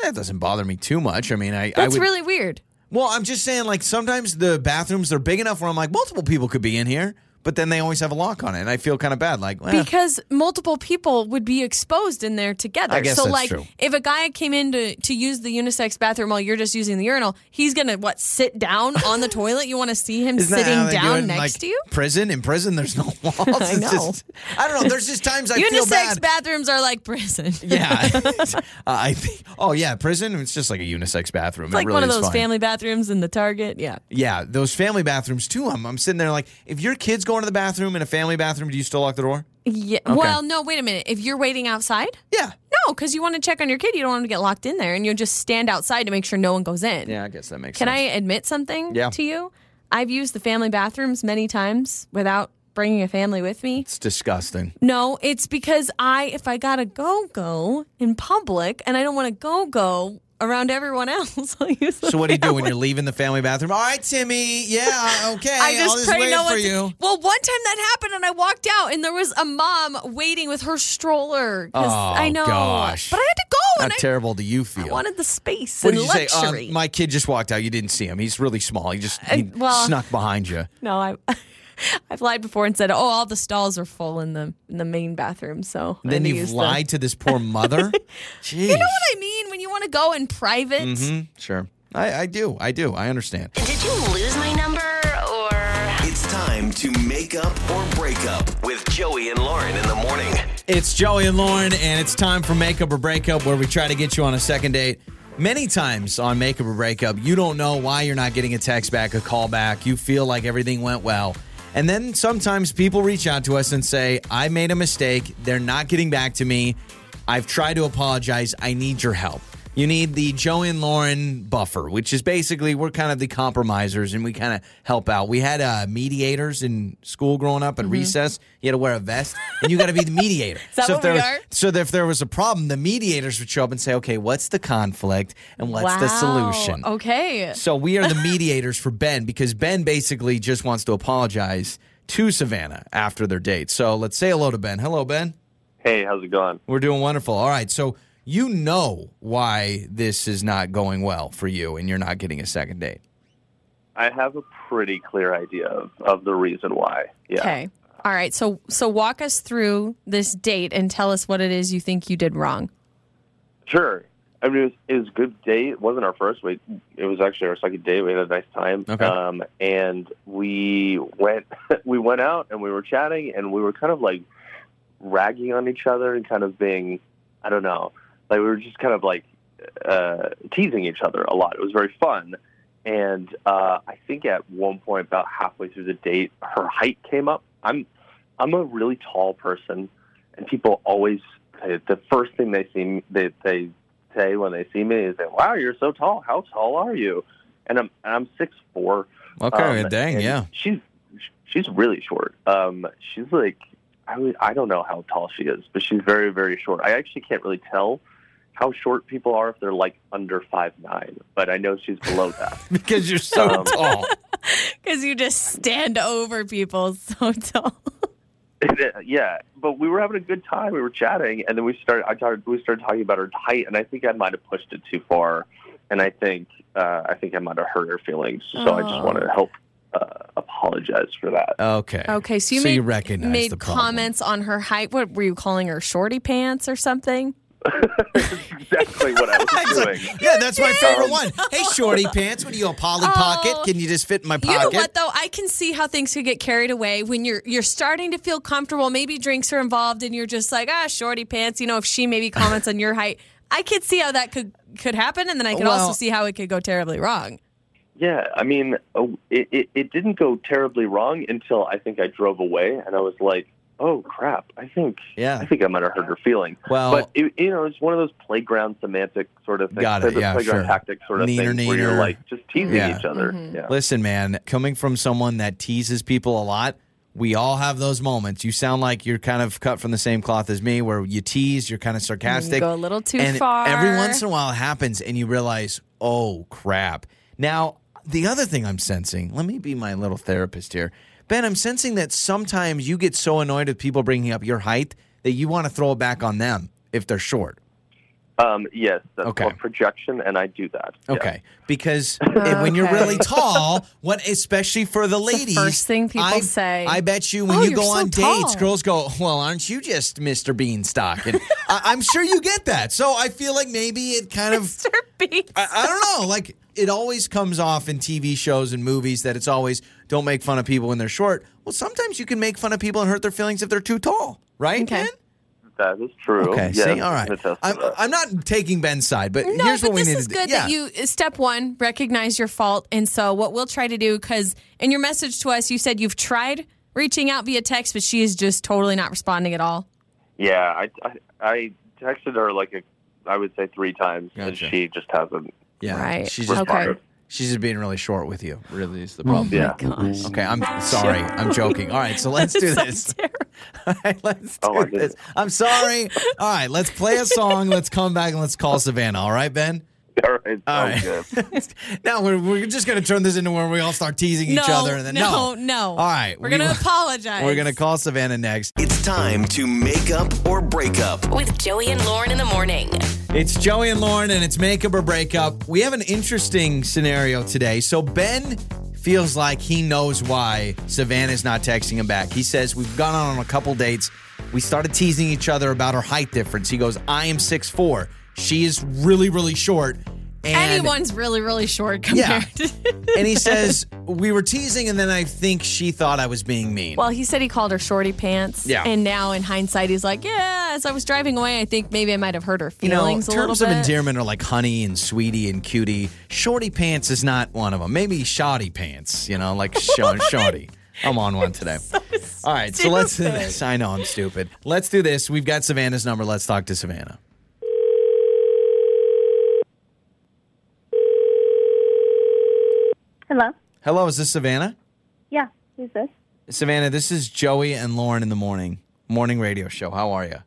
S1: that doesn't bother me too much. I mean I, I
S2: that's
S1: would
S2: really weird.
S1: Well, I'm just saying, like, sometimes the bathrooms, they're big enough where I'm like, multiple people could be in here, but then they always have a lock on it. And I feel kind of bad. Like, well,
S2: Because multiple people would be exposed in there together.
S1: I guess
S2: so,
S1: that's
S2: like,
S1: true.
S2: if a guy came in to, to use the unisex bathroom while you're just using the urinal, he's going to, what, sit down on the toilet? You want to see him
S1: isn't that how
S2: sitting
S1: they do it
S2: down
S1: in,
S2: next
S1: like,
S2: to you?
S1: Prison? In prison, there's no walls.
S2: I
S1: It's
S2: know.
S1: just- I don't know. There's just times I feel
S2: Unisex
S1: bad.
S2: bathrooms are like prison. It's
S1: yeah. uh, I think, oh, yeah, prison, it's just like a unisex bathroom. It's
S2: like one of those family bathrooms in the Target. Yeah.
S1: Yeah, those family bathrooms, too. I'm, I'm sitting there like, if your kid's going to the bathroom in a family bathroom, do you still lock the door?
S2: Yeah. Well, no, wait a minute. If you're waiting outside,
S1: Yeah.
S2: No, because you want to check on your kid. You don't want to get locked in there, and you'll just stand outside to make sure no one goes in.
S1: Yeah, I guess that makes
S2: Can I
S1: sense.
S2: admit something
S1: Yeah.
S2: to you? I've used the family bathrooms many times without bringing a family with me.
S1: It's disgusting.
S2: No, it's because I, if I got to go go in public and I don't want to go go around everyone else, I'll use the
S1: So what do you do when
S2: family.
S1: you're leaving the family bathroom? All right, Timmy. Yeah, okay.
S2: I
S1: I'll
S2: just
S1: just
S2: pray
S1: wait
S2: no
S1: for
S2: one's.
S1: you.
S2: Well, one time that happened, and I walked out, and there was a mom waiting with her stroller. 'cause
S1: Oh,
S2: I know,
S1: gosh.
S2: but I had to go,
S1: How
S2: and I
S1: terrible do you feel?
S2: wanted the space
S1: what
S2: and
S1: did you
S2: luxury. Uh,
S1: say? Um, my kid just walked out. You didn't see him. He's really small. He just he
S2: well-
S1: snuck behind you.
S2: no, I, I've lied before and said, "Oh, all the stalls are full in the in the main bathroom." So I had
S1: Then
S2: to
S1: you've
S2: use
S1: lied to this poor mother. Jeez.
S2: The, what I mean when you want to go in private.
S1: Sure. I, I do. I do. I understand.
S3: Did you lose my number or?
S6: It's time to make up or break up with Joey and Lauren in the morning.
S1: It's Joey and Lauren, and it's time for Makeup or Breakup, where we try to get you on a second date. Many times on Makeup or Breakup, you don't know why you're not getting a text back, a call back. You feel like everything went well. And then sometimes people reach out to us and say, I made a mistake. They're not getting back to me. I've tried to apologize. I need your help. You need the Joey and Lauren buffer, which is basically we're kind of the compromisers and we kind of help out. We had uh, mediators in school growing up at recess. You had to wear a vest and you got to be the mediator.
S2: Mm-hmm. that
S1: so
S2: what
S1: if there
S2: we
S1: was-
S2: are?
S1: so that if there was a problem, the mediators would show up and say, "Okay, what's the conflict and what's the
S2: Wow. Oh.
S1: solution?"
S2: Okay.
S1: So we are the mediators for Ben because Ben basically just wants to apologize to Savannah after their date. So let's say hello to Ben. Hello, Ben.
S7: Hey, how's it going?
S1: We're doing wonderful. All right. So you know why this is not going well for you and you're not getting a second date.
S7: I have a pretty clear idea of, of the reason why. Yeah.
S2: Okay. All right. So so walk us through this date and tell us what it is you think you did wrong.
S7: Sure. I mean, it was, it was a good date. It wasn't our first date. It was actually our second date. We had a nice time.
S1: Okay.
S7: Um, and we went, we went out and we were chatting and we were kind of like ragging on each other and kind of being, I don't know, like we were just kind of like uh, teasing each other a lot. It was very fun. And uh, I think at one point, about halfway through the date, her height came up. I'm, I'm a really tall person, and people always the first thing they see me, they they say when they see me is that wow you're so tall how tall are you and I'm and I'm six four
S1: Okay.
S7: um,
S1: dang.
S7: and
S1: Yeah.
S7: she's she's really short um she's like I would- I don't know how tall she is but she's very very short I actually can't really tell how short people are if they're like under five nine but I know she's below that
S1: Because you're so
S7: Um,
S1: tall.
S2: Because you just stand over people so tall.
S7: yeah, but we were having a good time. We were chatting, and then we started. I talked. We started talking about her height, and I think I might have pushed it too far, and I think uh, I think I might have hurt her feelings. So I just
S2: Oh.
S7: want to help uh, apologize for that.
S1: Okay.
S2: Okay, so you
S1: so
S2: made,
S1: you recognize
S2: made
S1: the problem.
S2: comments on her height. What were you calling her, shorty pants or something?
S7: That's exactly what I was doing.
S1: Yeah, that's my favorite
S2: Um,
S1: one. Hey, shorty pants, what are you, a Polly Pocket? Can you just fit in my
S2: Oh. You know
S1: pocket?
S2: what though? I can see how things could get carried away when you're you're starting to feel comfortable. Maybe drinks are involved, and you're just like, ah, shorty pants. You know, if she maybe comments on your height, I could see how that could could happen, and then I could also
S1: Well-
S2: see how it could go terribly wrong.
S7: Yeah, I mean, oh, it, it it didn't go terribly wrong until I think I drove away, and I was like, "Oh crap! I think
S1: Yeah.
S7: I think I might have hurt her feeling."
S1: Well-
S7: but it, you know, it's one of those playground semantic sort of things,
S1: Got it, yeah,
S7: playground
S1: sure.
S7: tactic sort of
S1: Neener,
S7: thing, where
S1: neener.
S7: you're like just teasing
S1: Yeah.
S7: each other. Yeah.
S1: Listen, man, coming from someone that teases people a lot, we all have those moments. You sound like you're kind of cut from the same cloth as me, where you tease, you're kind of sarcastic.
S2: go a little too
S1: and
S2: far.
S1: Every once in a while it happens, and you realize, oh, crap. Now, the other thing I'm sensing, let me be my little therapist here. Ben, I'm sensing that sometimes you get so annoyed with people bringing up your height that you want to throw it back on them if they're short.
S7: Um, yes, that's
S1: Okay.
S7: called projection, and I do that. Yeah.
S1: Okay, because if- when you're
S2: Okay.
S1: really tall, what especially for the ladies,
S2: first thing people
S1: I,
S2: say.
S1: I bet you when
S2: Oh,
S1: you
S2: you're
S1: go
S2: so
S1: on dates,
S2: tall.
S1: girls go, "Well, aren't you just Mr. Beanstalk?" And I, I'm sure you get that. So I feel like maybe it kind of
S2: Mr. Beast.
S1: I, I don't know. Like it always comes off in TV shows and movies that it's always don't make fun of people when they're short. Well, sometimes you can make fun of people and hurt their feelings if they're too tall, right?
S2: Okay.
S1: Ben?
S7: That is true.
S1: Okay.
S7: Yes,
S1: see, all right.
S7: I can attest to
S1: I'm,
S7: that.
S1: I'm not taking Ben's side, but
S2: No,
S1: here's
S2: but
S1: what we
S2: this
S1: need
S2: is
S1: to
S2: good
S1: do.
S2: that you step one recognize your fault, and so what we'll try to do because in your message to us, you said you've tried reaching out via text, but she is just totally not responding at all.
S7: Yeah, I, I, I texted her like a, I would say three times, and
S1: Gotcha.
S7: she just hasn't.
S1: Yeah.
S2: Right.
S1: She's just,
S2: Okay. Oh
S1: she's just being really short with you, really, is the problem.
S7: Yeah. Mm-hmm.
S2: Gosh.
S1: Okay, I'm sorry. I'm joking. All right, so let's do this. All right, let's do
S7: Oh, I did
S1: this.
S7: it.
S1: I'm sorry. All right, let's play a song. Let's come back and let's call Savannah. All right, Ben?
S7: All right.
S1: All right.
S7: sounds good.
S1: now we're, we're just going to turn this into where we all start teasing
S2: No,
S1: each other. And then, no,
S2: no, no.
S1: All right.
S2: We're
S1: we-
S2: going to apologize.
S1: We're going to call Savannah next.
S6: It's time to make up or break up.
S3: With Joey and Lauren in the morning.
S1: It's Joey and Lauren, and it's makeup or breakup. We have an interesting scenario today. So, Ben feels like he knows why Savannah's not texting him back. He says, We've gone on a couple dates. We started teasing each other about our height difference. He goes, I am 6'4. She is really, really short. And
S2: Anyone's really, really short
S1: Yeah.
S2: compared to.
S1: and he says, We were teasing, and then I think she thought I was being mean.
S2: Well, he said he called her shorty pants.
S1: Yeah.
S2: And now in hindsight, he's like, yeah, as I was driving away, I think maybe I might have hurt her
S1: you know,
S2: feelings a little
S1: terms
S2: bit.
S1: of endearment are like honey and sweetie and cutie. Shorty pants is not one of them. Maybe shoddy pants, you know, like sho- shorty. I'm on one today. All right, so let's do this. I know I'm stupid. Let's do this. We've got Savannah's number. Let's talk to Savannah.
S8: Hello.
S1: Hello, is this Savannah?
S8: Yeah. Who's this?
S1: Savannah, this is Joey and Lauren in the morning morning radio show. How are you?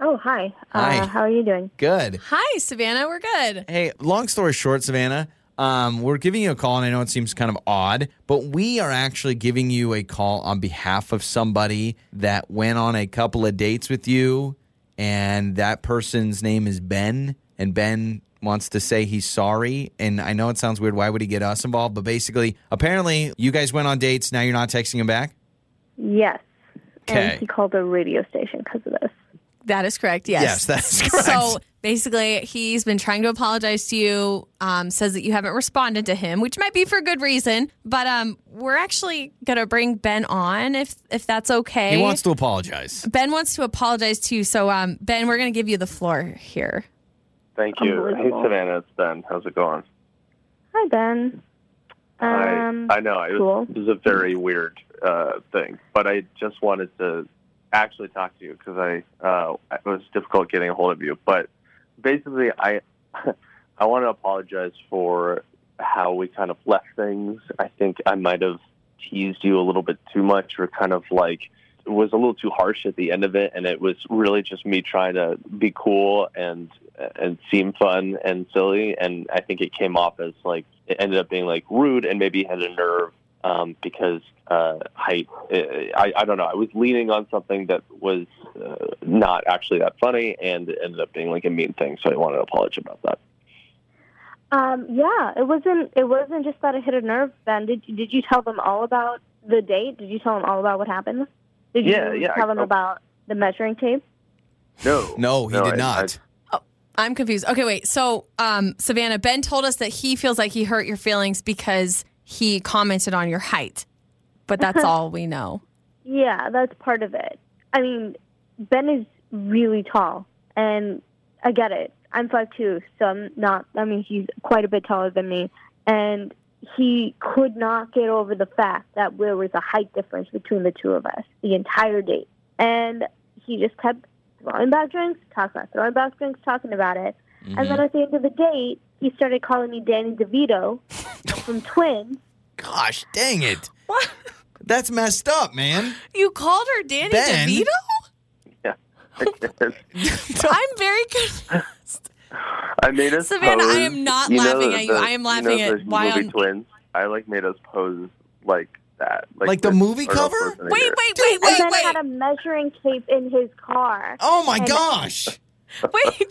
S8: Oh, hi.
S1: Hi.
S8: Uh, how are you doing?
S1: Good.
S2: Hi, Savannah. We're good.
S1: Hey, long story short, Savannah, um, we're giving you a call, and I know it seems kind of odd, but we are actually giving you a call on behalf of somebody that went on a couple of dates with you, and that person's name is Ben, and Ben wants to say he's sorry. And I know it sounds weird. Why would he get us involved? But basically, apparently, you guys went on dates. Now you're not texting him back.
S8: Yes.
S1: Okay.
S8: And he called the radio station because of this.
S2: That is correct. Yes.
S1: Yes, that's correct.
S2: So basically, he's been trying to apologize to you, um, says that you haven't responded to him, which might be for good reason. But um, we're actually going to bring Ben on if, if that's okay.
S1: He wants to apologize.
S2: ben wants to apologize to you. So, um, Ben, we're going to give you the floor here.
S7: Thank you. Hey,
S8: Unbelievable.
S7: Savannah, it's Ben. How's it going?
S8: Hi, Ben. Um,
S7: I, I know. It was,
S8: cool.
S7: This is a very weird uh, thing, but I just wanted to actually talk to you because I uh, it was difficult getting a hold of you. But basically, I I want to apologize for how we kind of left things. I think I might have teased you a little bit too much, or kind of like was a little too harsh at the end of it, and it was really just me trying to be cool and and seem fun and silly, and I think it came off as like it ended up being like rude and maybe had a nerve um, because uh, height. uh, I I don't know. I was leaning on something that was uh, not actually that funny, and it ended up being like a mean thing. So I wanted to apologize about that.
S8: um, yeah, it wasn't. It wasn't just that it hit a nerve. Ben, did did you tell them all about the date? Did you tell them all about what happened? Did
S7: Yeah,
S8: you
S7: yeah, I-
S8: tell them
S7: I-
S8: about the measuring tape?
S7: No,
S1: No, he did
S7: I-
S1: not.
S2: I'm confused. Okay, wait. So, um, Savannah, Ben told us that he feels like he hurt your feelings because he commented on your height, but that's all we know.
S8: Yeah, that's part of it. I mean, Ben is really tall, and I get it. I'm five two, so I'm not. I mean, he's quite a bit taller than me, and he could not get over the fact that there was a height difference between the two of us the entire date, and he just kept throwing back drinks, talking about throwing back drinks, talking about it, and then at the end of the date, he started calling me Danny DeVito from Twins.
S1: Gosh, dang it.
S2: What?
S1: That's messed up, man.
S2: You called her Danny
S1: Ben?
S2: DeVito?
S7: I,
S2: I'm very con-
S7: I made us
S2: Savannah, I
S7: pose.
S2: am not
S7: You know
S2: laughing
S7: the-
S2: at you.
S7: the-
S2: I am laughing
S7: you know
S2: at
S7: the
S2: why
S7: movie
S2: I'm-
S7: Twins. I like made us pose like that,
S1: Like the
S7: with
S1: movie
S7: Arnold
S1: cover?
S2: Wait,
S7: Schwarzenegger.
S2: wait, wait,
S8: And
S2: wait,
S8: then
S2: wait.
S8: had a measuring tape in his car.
S1: Oh my
S8: And-
S1: gosh.
S2: Wait.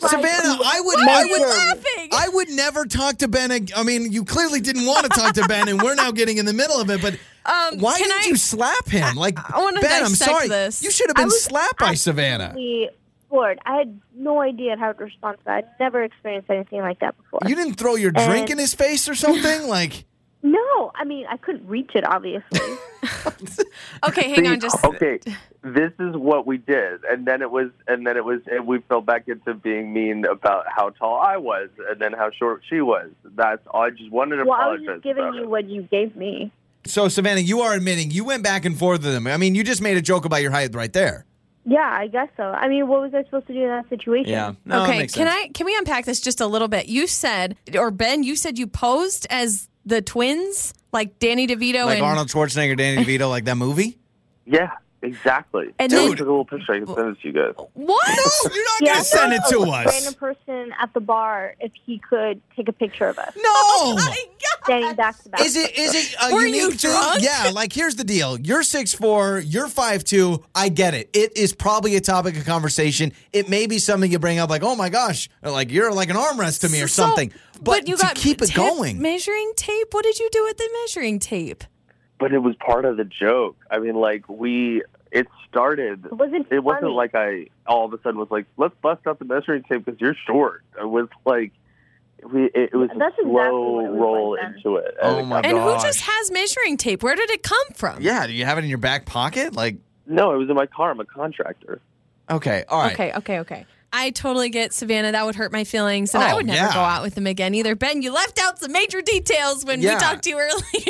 S1: Savannah, I would,
S2: Why
S1: I
S2: are you
S1: would,
S2: laughing?
S1: I would never talk to Ben. ag- I mean, you clearly didn't want to talk to Ben, and we're now getting in the middle of it. But
S2: Um,
S1: why
S2: can
S1: did not
S2: I-
S1: you slap him? Like,
S2: I wanna
S1: Ben, I'm
S2: dissect
S1: sorry.
S2: this.
S1: You should have
S8: I
S1: been
S8: was
S1: slapped by Savannah.
S8: absolutely floored. I had no idea how to respond to that. I'd never experienced anything like that before.
S1: You didn't throw your drink
S8: And-
S1: in his face or something? Like,
S8: no, I mean I couldn't reach it obviously.
S2: Okay, hang
S7: See,
S2: on. Just
S7: okay. This is what we did, and then it was, and then it was, and we fell back into being mean about how tall I was, and then how short she was. That's all. I just wanted to
S8: well, I was
S7: apologize.
S8: just giving
S7: about
S8: you
S7: it.
S8: what you gave me.
S1: so Savannah, you are admitting you went back and forth with him. I mean, you just made a joke about your height right there.
S8: Yeah, I guess so. I mean, what was I supposed to do in that situation?
S1: Yeah. No, that
S2: okay,
S1: makes
S2: can
S1: sense.
S2: I can we unpack this just a little bit? You said, or Ben, you said you posed as the twins, like Danny DeVito
S1: Like
S2: and
S1: Arnold Schwarzenegger, Danny DeVito, like that movie?
S7: Yeah, exactly.
S2: And
S7: I
S2: then-
S7: took a little picture. I can send it to you guys.
S2: what?
S1: You're not
S8: Yeah, I
S1: gonna send it
S8: asked
S1: to
S8: a
S1: us.
S8: Random person at the bar, if he could take a picture of us
S1: No.
S8: standing back to back.
S1: Is it is it a
S2: Were
S1: unique
S2: you
S1: thing?
S2: drunk?
S1: Yeah, like here's the deal. You're 6'4, you're 5'2. I get it. It is probably a topic of conversation. It may be something you bring up like, "Oh my gosh, or like you're like an arm rest to me or
S2: So-
S1: something." But,
S2: you
S1: to
S2: got
S1: keep it
S2: tape-
S1: going.
S2: Measuring tape. What did you do with the measuring tape?
S7: But it was part of the joke. I mean, like we, it started.
S8: It wasn't.
S7: It wasn't
S8: funny.
S7: like I all of a sudden was like, let's bust out the measuring tape because you're short. It was like, we, it, it was a
S8: That's exactly
S7: slow
S8: what it was
S7: roll
S8: like then.
S7: into it.
S1: Oh
S7: And it
S1: my
S7: got-
S2: And
S1: Gosh.
S2: who just has measuring tape? Where did it come from?
S1: yeah, do you have it in your back pocket? Like,
S7: No, it was in my car. I'm a contractor.
S1: okay, all right.
S2: Okay, okay, okay. I totally get Savannah. That would hurt my feelings, and I
S1: Oh,
S2: would never
S1: yeah.
S2: go out with him again either. Ben, you left out some major details when
S1: Yeah.
S2: we talked to you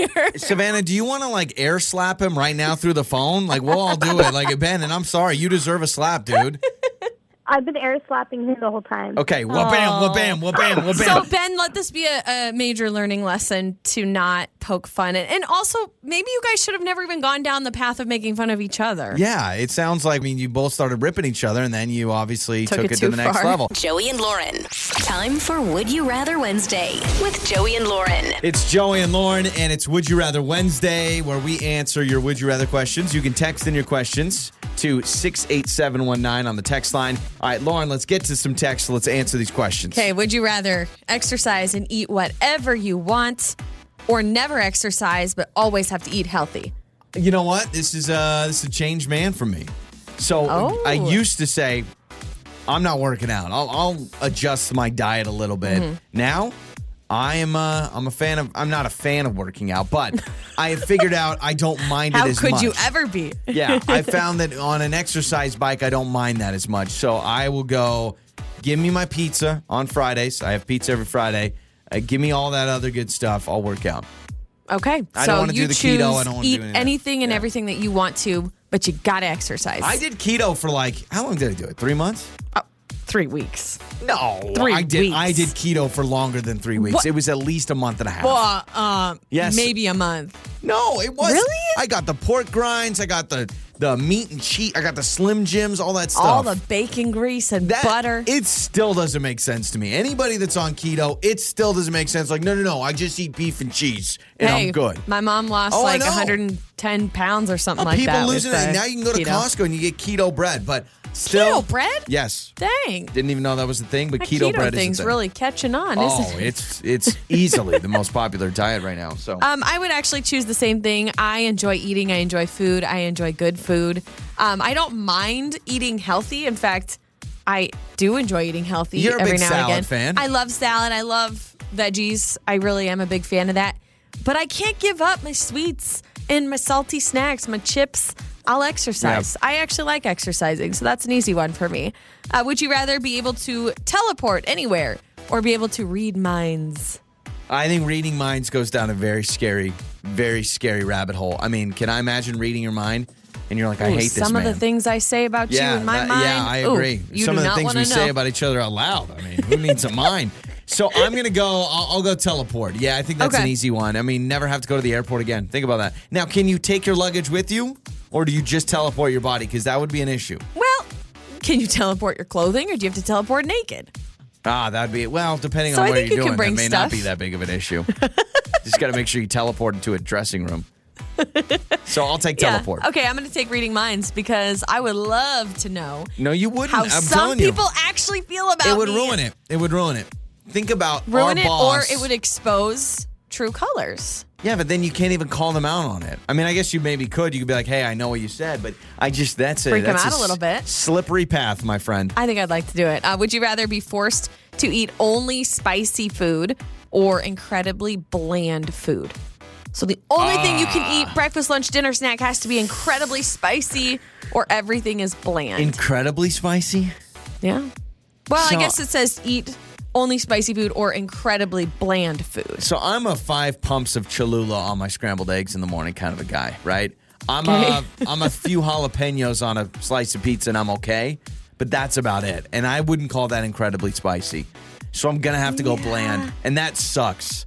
S2: earlier.
S1: Savannah, do you want to like air slap him right now through the phone? Like we'll all do it. Like Ben, and I'm sorry, you deserve a slap, dude.
S8: I've been air slapping him the whole time.
S1: Okay, wha bam, wha bam, wha bam, wha
S2: So
S1: bam.
S2: Ben, let this be a, a major learning lesson to not poke fun, and, and also maybe you guys should have never even gone down the path of making fun of each other.
S1: Yeah, it sounds like I mean you both started ripping each other, and then you obviously took,
S2: Took it
S1: it to
S2: too
S1: the next
S2: far.
S1: level.
S3: Joey and Lauren. Time for Would You Rather Wednesday with Joey and Lauren.
S1: It's Joey and Lauren, and it's Would You Rather Wednesday, where we answer your Would You Rather questions. You can text in your questions to 68719 on the text line. All right, Lauren, let's get to some texts. Let's answer these questions.
S2: Okay, would you rather exercise and eat whatever you want, or never exercise but always have to eat healthy?
S1: You know what? This is uh this is a changed man for me. So
S2: Oh.
S1: I used to say I'm not working out. I'll, I'll adjust my diet a little bit.
S2: Mm-hmm.
S1: Now I am uh I'm a fan of I'm not a fan of working out, but I have figured out I don't mind
S2: How
S1: it as
S2: could
S1: much.
S2: you ever be?
S1: yeah, I found that on an exercise bike I don't mind that as much. So I will go give me my pizza on Fridays. I have pizza every Friday. Uh, give me all that other good stuff. I'll work out.
S2: Okay,
S1: I don't
S2: so
S1: wanna do
S2: you
S1: the
S2: choose
S1: keto, I don't wanna do
S2: eat
S1: any of that.
S2: anything and
S1: Yeah.
S2: everything that you want to, but you gotta exercise.
S1: I did keto for like how long did I do it? 3 months?
S2: three weeks.
S1: No,
S2: Three
S1: I did. I
S2: weeks.
S1: did keto for longer than three weeks.
S2: What?
S1: It was at least a month and a half.
S2: Well, uh,
S1: Yes.
S2: maybe a month.
S1: no, it was.
S2: Really?
S1: I got the pork grinds. I got the the meat and cheese. I got the Slim Jims. All that stuff.
S2: All the bacon grease and
S1: That-
S2: butter.
S1: It still doesn't make sense to me. Anybody that's on keto, it still doesn't make sense. Like, no, no, no. I just eat beef and cheese, and
S2: hey,
S1: I'm good.
S2: My mom lost
S1: Oh, I
S2: like
S1: know.
S2: 110 pounds or something like
S1: People
S2: that. with
S1: losing
S2: the
S1: it. Now you can go to
S2: keto.
S1: Costco and you get keto bread, but still
S2: Keto bread?
S1: Yes.
S2: Dang.
S1: Didn't even know that was the thing, but
S2: That
S1: keto, bread
S2: thing's
S1: is a thing.
S2: really catching on,
S1: Oh,
S2: isn't it?
S1: it's it's easily the most popular diet right now. So
S2: Um, I would actually choose the same thing. I enjoy eating. I enjoy food. I enjoy good food. Um, I don't mind eating healthy. In fact, I do enjoy eating healthy
S1: You're a
S2: every
S1: big
S2: now
S1: salad
S2: and again.
S1: fan.
S2: I love salad. I love veggies. I really am a big fan of that. But I can't give up my sweets and my salty snacks, my chips. I'll exercise. I actually like exercising, so that's an easy one for me. Uh, would you rather be able to teleport anywhere or be able to read minds?
S1: I think reading minds goes down a very scary, very scary rabbit hole. I mean, can I imagine reading your mind? And you're like, I
S2: Ooh,
S1: hate this
S2: some
S1: man.
S2: of the things I say about you in my
S1: that-
S2: mind.
S1: Yeah, I
S2: ooh,
S1: agree.
S2: you
S1: some
S2: do
S1: of the
S2: not
S1: things we
S2: wanna know.
S1: say about each other out loud. I mean, who needs a mind? So I'm gonna go. I'll, I'll go teleport. Yeah, I think that's an
S2: Okay.
S1: easy one. I mean, never have to go to the airport again. Think about that. Now, can you take your luggage with you, or do you just teleport your body? Because that would be an issue.
S2: Well, can you teleport your clothing, or do you have to teleport naked?
S1: Ah, that'd be well, depending
S2: So
S1: on
S2: I
S1: where
S2: think
S1: you're
S2: you can
S1: doing,
S2: bring
S1: it may not
S2: stuff.
S1: be that big of an issue. Just got to make sure you teleport into a dressing room. So I'll take teleport.
S2: Yeah. Okay, I'm going to take reading minds because I would love to know
S1: No, you wouldn't.
S2: how
S1: I'm
S2: some
S1: telling you,
S2: people actually feel about
S1: it would
S2: me.
S1: ruin it. It would ruin it. Think about
S2: ruin
S1: our
S2: it,
S1: boss.
S2: or it would expose true colors.
S1: Yeah, but then you can't even call them out on it. I mean, I guess you maybe could. You could be like, "Hey, I know what you said, but I just that's it.
S2: Freak 'em
S1: that's
S2: out a little
S1: s-
S2: bit.
S1: Slippery path, my friend.
S2: I think I'd like to do it. Uh, would you rather be forced to eat only spicy food or incredibly bland food? So the only thing you
S1: Ah.
S2: can eat breakfast, lunch, dinner, snack has to be incredibly spicy or everything is bland.
S1: Incredibly spicy.
S2: yeah. Well,
S1: So-
S2: I guess it says eat only spicy food or incredibly bland food.
S1: So I'm a five pumps of Cholula on my scrambled eggs in the morning kind of a guy, right? I'm a, I'm a few jalapenos on a slice of pizza and I'm okay, but that's about it. And I wouldn't call that incredibly spicy. So I'm gonna have to go bland, and that sucks.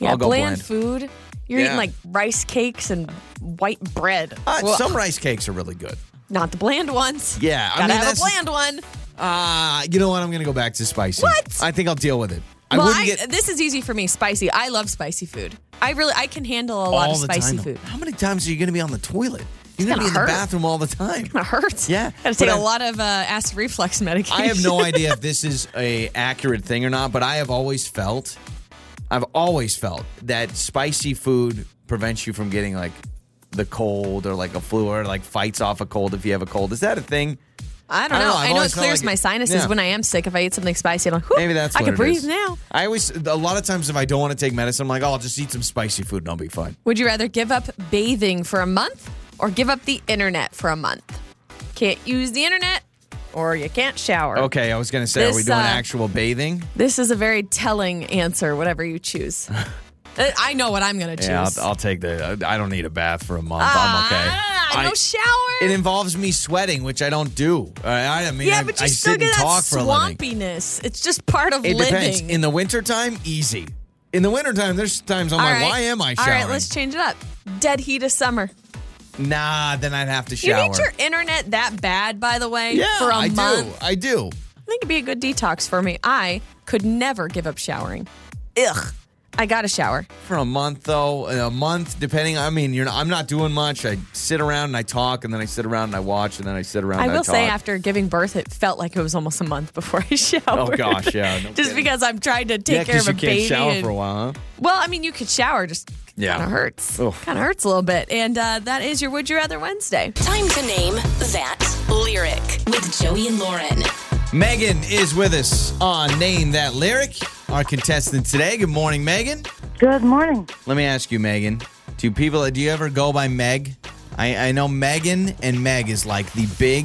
S2: Yeah,
S1: I'll go
S2: bland,
S1: bland.
S2: food. You're
S1: Yeah.
S2: eating like rice cakes and white bread.
S1: Uh,
S2: Well,
S1: some rice cakes are really good.
S2: not the bland ones.
S1: Yeah, I
S2: gotta
S1: mean,
S2: have a
S1: that's-
S2: bland one.
S1: Ah, you know what? I'm gonna go back to spicy.
S2: What?
S1: I think I'll deal with it. I
S2: well,
S1: wouldn't
S2: I,
S1: get
S2: this is easy for me. Spicy. I love spicy food. I really, I can handle a
S1: all
S2: lot of
S1: the
S2: spicy
S1: time.
S2: food.
S1: How many times are you gonna be on the toilet? You're gonna,
S2: gonna
S1: be in
S2: hurt.
S1: the bathroom all the time.
S2: It hurts.
S1: Yeah,
S2: gotta
S1: but
S2: take a
S1: I-
S2: lot of uh, acid reflux medication.
S1: I have no idea if this is a accurate thing or not, but I have always felt, I've always felt that spicy food prevents you from getting like the cold or like a flu or like fights off a cold if you have a cold. Is that a thing?
S2: I don't
S1: I
S2: know.
S1: don't know. I've
S2: I know it
S1: always felt
S2: clears
S1: like
S2: my
S1: it-
S2: sinuses
S1: yeah.
S2: when I am sick. If I eat something spicy, I'm like, "Whew,
S1: Maybe that's
S2: I
S1: what
S2: can
S1: it
S2: breathe
S1: is.
S2: now.
S1: I always a lot of times if I don't want to take medicine, I'm like, oh, I'll just eat some spicy food and I'll be fine.
S2: Would you rather give up bathing for a month or give up the internet for a month? Can't use the internet or you can't shower.
S1: Okay, I was gonna say, are we
S2: This,
S1: doing
S2: uh,
S1: actual bathing?
S2: This is a very telling answer, whatever you choose. Uh, I know what I'm going to choose.
S1: Yeah, I'll, I'll take the. I don't need a bath for a month. I'm okay.
S2: Ah,
S1: I-
S2: no shower.
S1: It involves me sweating, which I don't do. I, I mean,
S2: yeah,
S1: I,
S2: but you
S1: I
S2: still
S1: sit
S2: get
S1: and
S2: that
S1: talk for a living.
S2: swampiness. It's just part of
S1: It
S2: living.
S1: depends. In the wintertime, easy. In the wintertime, there's times I'm
S2: All
S1: like,
S2: right.
S1: why am I
S2: All
S1: showering?
S2: right, let's change it up. Dead heat of summer.
S1: nah, then I'd have to
S2: You
S1: shower.
S2: need your internet that bad, by the way,
S1: yeah,
S2: for a
S1: I
S2: month.
S1: do. I do.
S2: I think it'd be a good detox for me. I could never give up showering. Ugh. I got to shower.
S1: For a month though, uh, a month depending. I mean, you're not, I'm not doing much. I sit around and I talk, and then I sit around and I watch, and then I sit around.
S2: I
S1: and
S2: will
S1: I talk.
S2: say, after giving birth, it felt like it was almost a month before I showered.
S1: Oh gosh, yeah. No
S2: Just
S1: kidding.
S2: because I'm trying to take
S1: yeah,
S2: care
S1: 'cause
S2: of a
S1: you can't
S2: baby.
S1: shower
S2: and-
S1: for a while. Huh?
S2: Well, I mean, you could shower, just
S1: Yeah.
S2: kind of hurts.
S1: Oof.
S2: Kind of hurts a little bit. And uh, that is your Would You Rather Wednesday.
S3: Time to name that lyric with Joey and Lauren.
S1: Megan is with us on Name That Lyric. Our contestant today. Good morning, Megan.
S9: Good morning.
S1: Let me ask you, Megan. Do people do you ever go by Meg? I, I know Megan and Meg is like the big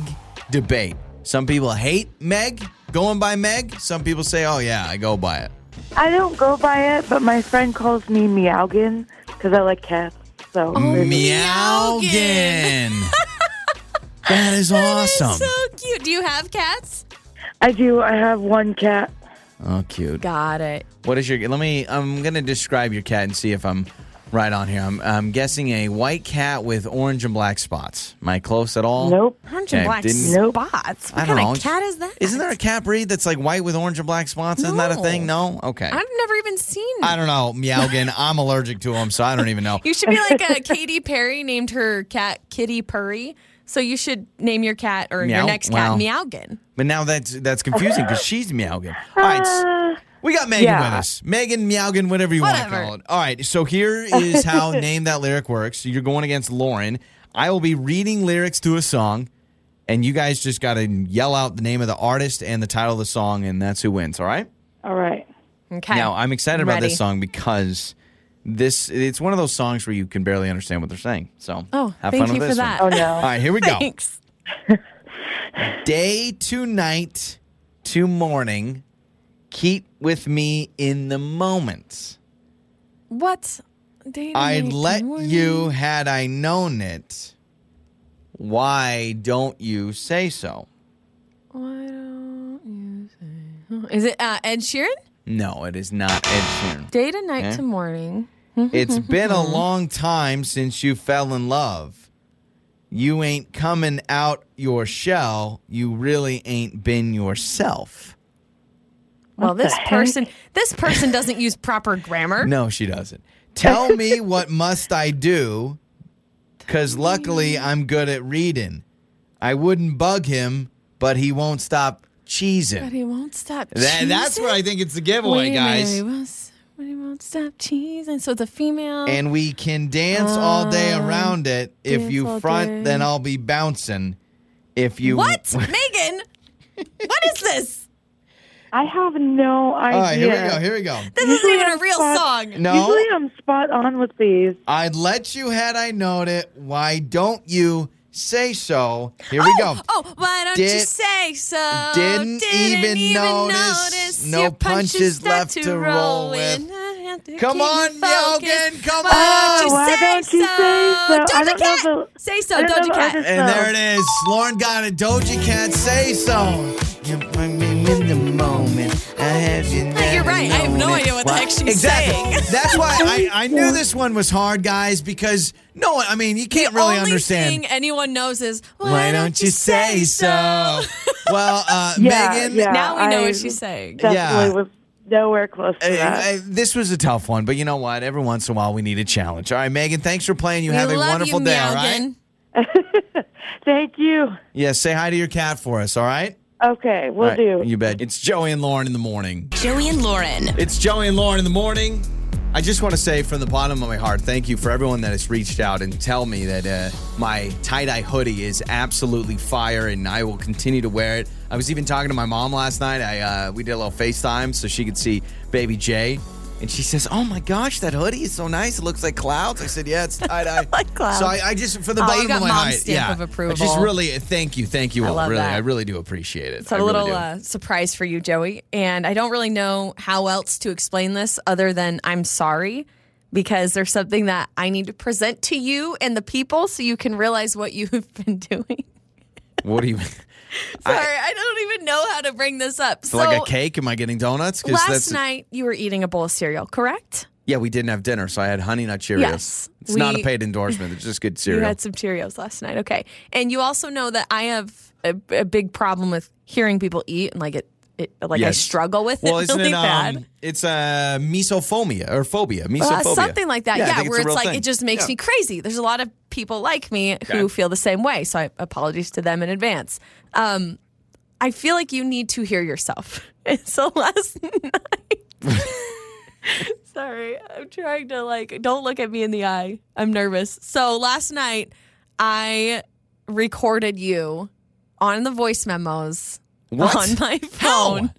S1: debate. Some people hate Meg going by Meg. Some people say, "Oh yeah, I go by it."
S9: I don't go by it, but my friend calls me Meowgin because I like cats. So
S1: Oh, Meowgin. that is awesome.
S2: So cute. Do you have cats?
S9: I do. I have one cat.
S1: oh, cute.
S2: Got it.
S1: What is your? Let me. I'm gonna describe your cat and see if I'm right on here. I'm, I'm guessing a white cat with orange and black spots. Am I close at all?
S9: Nope.
S2: Orange
S1: Okay,
S2: and black
S1: didn't-
S2: spots. What
S1: I don't
S2: kind
S1: know.
S2: of cat is that?
S1: Isn't there a cat breed that's like white with orange and black spots? Isn't that a
S2: No.
S1: thing? No? Okay.
S2: I've never even seen.
S1: I don't know, Meowgin. I'm allergic to them, so I don't even know.
S2: You should be like a Katy Perry named her cat Kitty Purry. So you should name your cat or your
S1: Meow?
S2: next cat
S1: Wow.
S2: Meowgin.
S1: But now that's that's confusing because she's Meowgin. All right, s- we got Megan
S9: yeah.
S1: with us. Megan Meowgin, whatever you want to
S2: Whatever.
S1: call it. All right, so here is how name that lyric works. So you're going against Lauren. I will be reading lyrics to a song, and you guys just got to yell out the name of the artist and the title of the song, and that's who wins. All right.
S9: All right.
S2: Okay.
S1: Now I'm excited about
S2: Ready.
S1: this song because this it's one of those songs where you can barely understand what they're saying. So
S2: Oh,
S1: have
S2: thank
S1: fun
S2: you
S1: with
S2: for
S1: this one.
S2: that.
S9: Oh
S1: All
S9: no.
S1: right, here we go.
S2: Thanks.
S1: Day to night to morning, keep with me in the moment.
S2: What? Day to
S1: I'd
S2: night to
S1: let
S2: morning.
S1: you had I known it. Why don't you say so?
S2: Why don't you say- Is it uh, Ed Sheeran?
S1: No, it is not Ed Sheeran.
S2: Day to night
S1: Okay.
S2: to morning.
S1: It's been a long time since you fell in love. You ain't coming out your shell. You really ain't been yourself.
S2: Well, this
S9: heck?
S2: person this person doesn't use proper grammar.
S1: No, she doesn't. Tell me what must I do? Cause luckily I'm good at reading. I wouldn't bug him, but he won't stop
S2: But
S1: cheesing.
S2: he won't stop.
S1: That, that's
S2: cheesing.
S1: where I think it's the giveaway,
S2: Wait a
S1: guys.
S2: minute, He won't, but he won't stop cheesing. So the female.
S1: And we can dance all day around it. If
S2: Ah, dance
S1: you
S2: all
S1: front,
S2: day.
S1: then I'll be bouncing. If you
S2: what? Megan? What is this?
S9: I have no idea.
S1: All right, here we go. Here we go.
S2: This isn't even a real song.
S1: No,
S9: Usually I'm spot on with these.
S1: I'd let you had I known it. Why don't you say so? Here we go.
S2: Oh, why don't you
S1: Did-
S2: say so?
S1: didn't even notice. No
S2: your
S1: punches
S2: start
S1: left to roll with.
S2: I have to
S1: Come
S2: keep
S1: on,
S2: focused.
S1: Yogan, come
S2: Why you
S9: why
S2: say
S9: don't you say
S2: so?
S9: so? I
S2: Doja
S9: don't know
S2: Cat.
S9: the-
S2: say so,
S9: I don't know
S2: Doja
S9: the
S2: Cat.
S9: artist.
S1: And
S2: oh.
S1: there it is. Lauren got it. Doja Cat, say so. You bring me in the moment. I have you never
S2: You're right. I have no
S1: known it.
S2: idea what the
S1: Why-
S2: heck she's
S1: exactly.
S2: saying.
S1: That's why I, I knew this one was hard, guys, because no one, I mean, you can't really
S2: Only
S1: understand.
S2: thing anyone knows is why,
S1: Why don't you say so? well, uh,
S9: Yeah,
S1: Megan,
S9: yeah,
S2: Now we know
S9: I
S2: what she's saying.
S9: Definitely
S1: Yeah.
S9: was nowhere close to
S1: I-
S9: that.
S1: I- this was a tough one, but you know what? Every once in a while, we need a challenge. All right, Megan, thanks for playing. You
S2: we
S1: have a
S2: love
S1: wonderful
S2: you,
S1: day, all
S2: Meowgan.
S1: right?
S9: Thank you.
S1: Yeah, say hi to your cat for us, all right?
S9: Okay, we'll
S1: All
S9: do.
S1: right, You bet. It's Joey and Lauren in the morning.
S3: Joey and Lauren.
S1: It's Joey and Lauren in the morning. I just want to say from the bottom of my heart, thank you for everyone that has reached out and tell me that uh, my tie dye hoodie is absolutely fire, and I will continue to wear it. I was even talking to my mom last night. I uh, we did a little FaceTime so she could see baby Jay, and she says, "Oh my gosh, that hoodie is so nice. It looks like clouds." I said, "Yeah, it's tie dye."
S2: Like clouds.
S1: So I, I just from the
S2: Oh,
S1: bottom
S2: you got
S1: of my
S2: mom's
S1: heart,
S2: stamp
S1: yeah,
S2: of
S1: I just
S2: approval.
S1: really uh, thank you, thank you all.
S2: love
S1: really,
S2: that.
S1: I really do appreciate it.
S2: It's a
S1: I really
S2: little
S1: do.
S2: uh, surprise for you, Joey. And I don't really know how else to explain this other than I'm sorry because there's something that I need to present to you and the people so you can realize what you've been doing.
S1: what do you?
S2: Sorry, I, don't even know how to bring this up. So,
S1: like a cake? Am I getting donuts? 'Cause
S2: last
S1: that's-
S2: night you were eating a bowl of cereal, correct?
S1: Yeah, we didn't have dinner, so I had Honey Nut Cheerios.
S2: Yes,
S1: it's not a
S2: we-
S1: paid endorsement. It's just good
S2: You
S1: cereal.
S2: had some Cheerios last night. Okay. And you also know that I have a, a big problem with hearing people eat and like it, it like I
S1: Yes.
S2: struggle with
S1: well,
S2: it
S1: isn't
S2: really
S1: it?
S2: bad.
S1: Um, it's uh, misophobia or phobia.
S2: Uh,
S1: Misophobia.
S2: something like that.
S1: Yeah, I
S2: Yeah,
S1: think it's
S2: where
S1: a
S2: it's,
S1: real
S2: like
S1: thing.
S2: it just makes me crazy. There's a lot of people like me who
S1: Okay.
S2: feel the same way. So I apologies to them in advance. Um, I feel like you need to hear yourself. And so last night. Sorry, I'm trying to like don't look at me in the eye. I'm nervous. So last night I recorded you on the voice memos
S1: What?
S2: on my
S1: How?
S2: phone.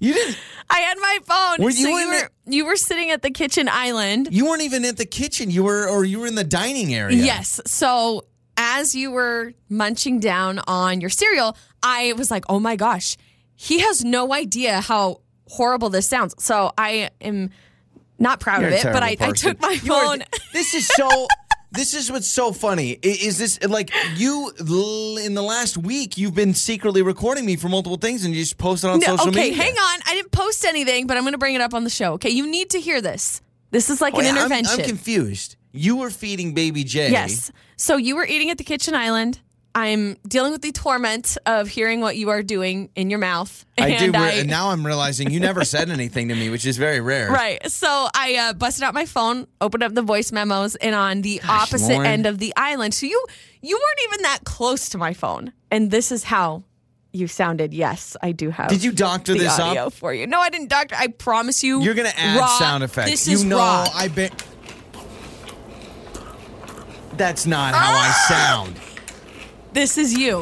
S1: You didn't.
S2: I had my phone.
S1: Were
S2: so
S1: you
S2: you,
S1: in
S2: were you were sitting at the kitchen island.
S1: You weren't even at the kitchen. You were, or you were in the dining area.
S2: Yes. So as you were munching down on your cereal, I was like, oh my gosh, he has no idea how horrible this sounds. So I am not proud
S1: You're
S2: of
S1: a
S2: it, but
S1: terrible
S2: I, I
S1: person.
S2: took my
S1: You are-
S2: phone.
S1: This is so. This is what's so funny. I- Is this like you l- in the last week? You've been secretly recording me for multiple things, and you just posted on
S2: No,
S1: social
S2: okay,
S1: media.
S2: hang on. I didn't post anything, but I'm going to bring it up on the show. Okay, you need to hear this. This is like
S1: Wait,
S2: an
S1: Oh, I'm-
S2: intervention.
S1: I'm, confused. You were feeding baby Jay.
S2: Yes. So you were eating at the kitchen island. I'm dealing with the torment of hearing what you are doing in your mouth.
S1: I do.
S2: And
S1: re- and now I'm realizing you never said anything to me, which is very rare.
S2: Right. So I uh, busted out my phone, opened up the voice memos, and on the opposite
S1: Lauren.
S2: end of the island. So you you weren't even that close to my phone, and this is how you sounded. Yes, I do have.
S1: Did you doctor
S2: the
S1: this
S2: audio
S1: up?
S2: for you? No, I didn't doctor. I promise you.
S1: You're gonna add
S2: raw.
S1: sound effects.
S2: This
S1: you
S2: is
S1: know,
S2: raw.
S1: I bet. That's not how I sound.
S2: this is you.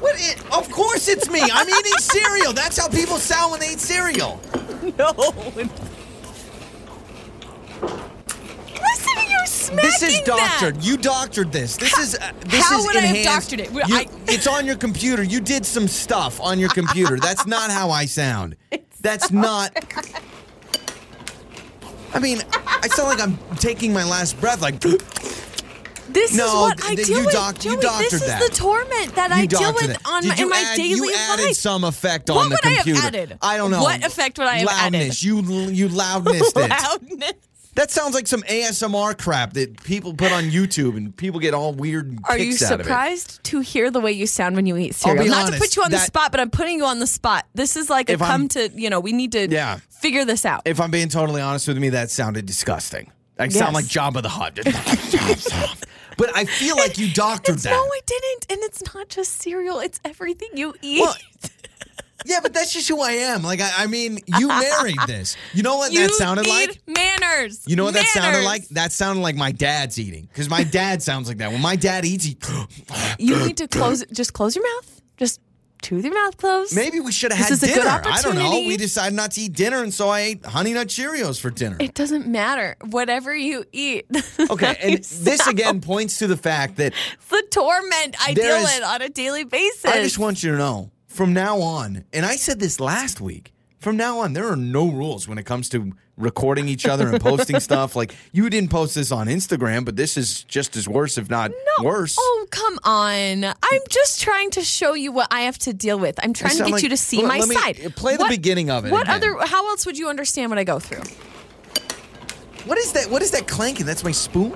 S1: What? It, of course it's me. I'm eating cereal. That's how people sound when they eat cereal.
S2: No. Listen to you smacking
S1: This is
S2: that.
S1: doctored. You doctored this. This is uh, this
S2: how
S1: is
S2: would I have
S1: enhanced.
S2: doctored it? Would
S1: You-
S2: I-
S1: it's on your computer. You did some stuff on your computer. That's not how I sound. That's not. I mean, I sound like I'm taking my last breath. Like
S2: This is
S1: No,
S2: what
S1: th-
S2: I
S1: th-
S2: deal
S1: you
S2: with.
S1: doc- you
S2: Joey,
S1: doctored
S2: this is
S1: that.
S2: the torment that
S1: you
S2: I deal
S1: doctored
S2: with
S1: it.
S2: on
S1: Did
S2: my,
S1: you
S2: in my
S1: add-
S2: daily
S1: You added
S2: life.
S1: some effect
S2: What
S1: on the
S2: would I have
S1: computer.
S2: added?
S1: I don't know.
S2: What effect would I have added?
S1: loudness. You you loudness it.
S2: Loudness.
S1: That sounds like some ASMR crap that people put on YouTube and people get all weird
S2: Are you
S1: kicks out of it.
S2: surprised to hear the way you sound when you eat cereal?
S1: be
S2: Not to
S1: honest,
S2: put you on the
S1: that-
S2: spot, but I'm putting you on the spot. This is like a
S1: If I'm-
S2: come to, you know, we need to
S1: Yeah.
S2: figure this out.
S1: If I'm being totally honest with me, that sounded disgusting. I sound
S2: Yes.
S1: like Jabba the Hutt. but I feel like you doctored
S2: It's-
S1: that.
S2: No, I didn't. And it's not just cereal, it's everything you eat.
S1: Well, yeah, but that's just who I am. Like, I, I mean, you married this. You know what
S2: you
S1: that sounded
S2: need
S1: like?
S2: manners.
S1: You know what that sounded
S2: Manners.
S1: like? That sounded like my dad's eating. Because my dad sounds like that. When my dad eats, he.
S2: You need to close, just close your mouth. Just tooth your mouth closed.
S1: Maybe we should have had
S2: This is a
S1: dinner.
S2: good
S1: I don't know.
S2: opportunity.
S1: We decided not to eat dinner, and so I ate Honey Nut Cheerios for dinner.
S2: It doesn't matter. Whatever you eat.
S1: Okay, and this again points to the fact that
S2: It's the torment I
S1: There
S2: deal
S1: is-
S2: with on a daily basis.
S1: I just want you to know from now on, and I said this last week, from now on, there are no rules when it comes to recording each other and posting stuff. Like you didn't post this on Instagram, but this is just as worse, if not worse.
S2: Oh, come on. I'm just trying to show you what I have to deal with. I'm trying to
S1: sound
S2: get
S1: like-
S2: you to see
S1: Let-
S2: my
S1: let me-
S2: side.
S1: play the beginning of it
S2: What
S1: again.
S2: other how else would you understand what I go through?
S1: What is that? What is that clanking? That's my spoon.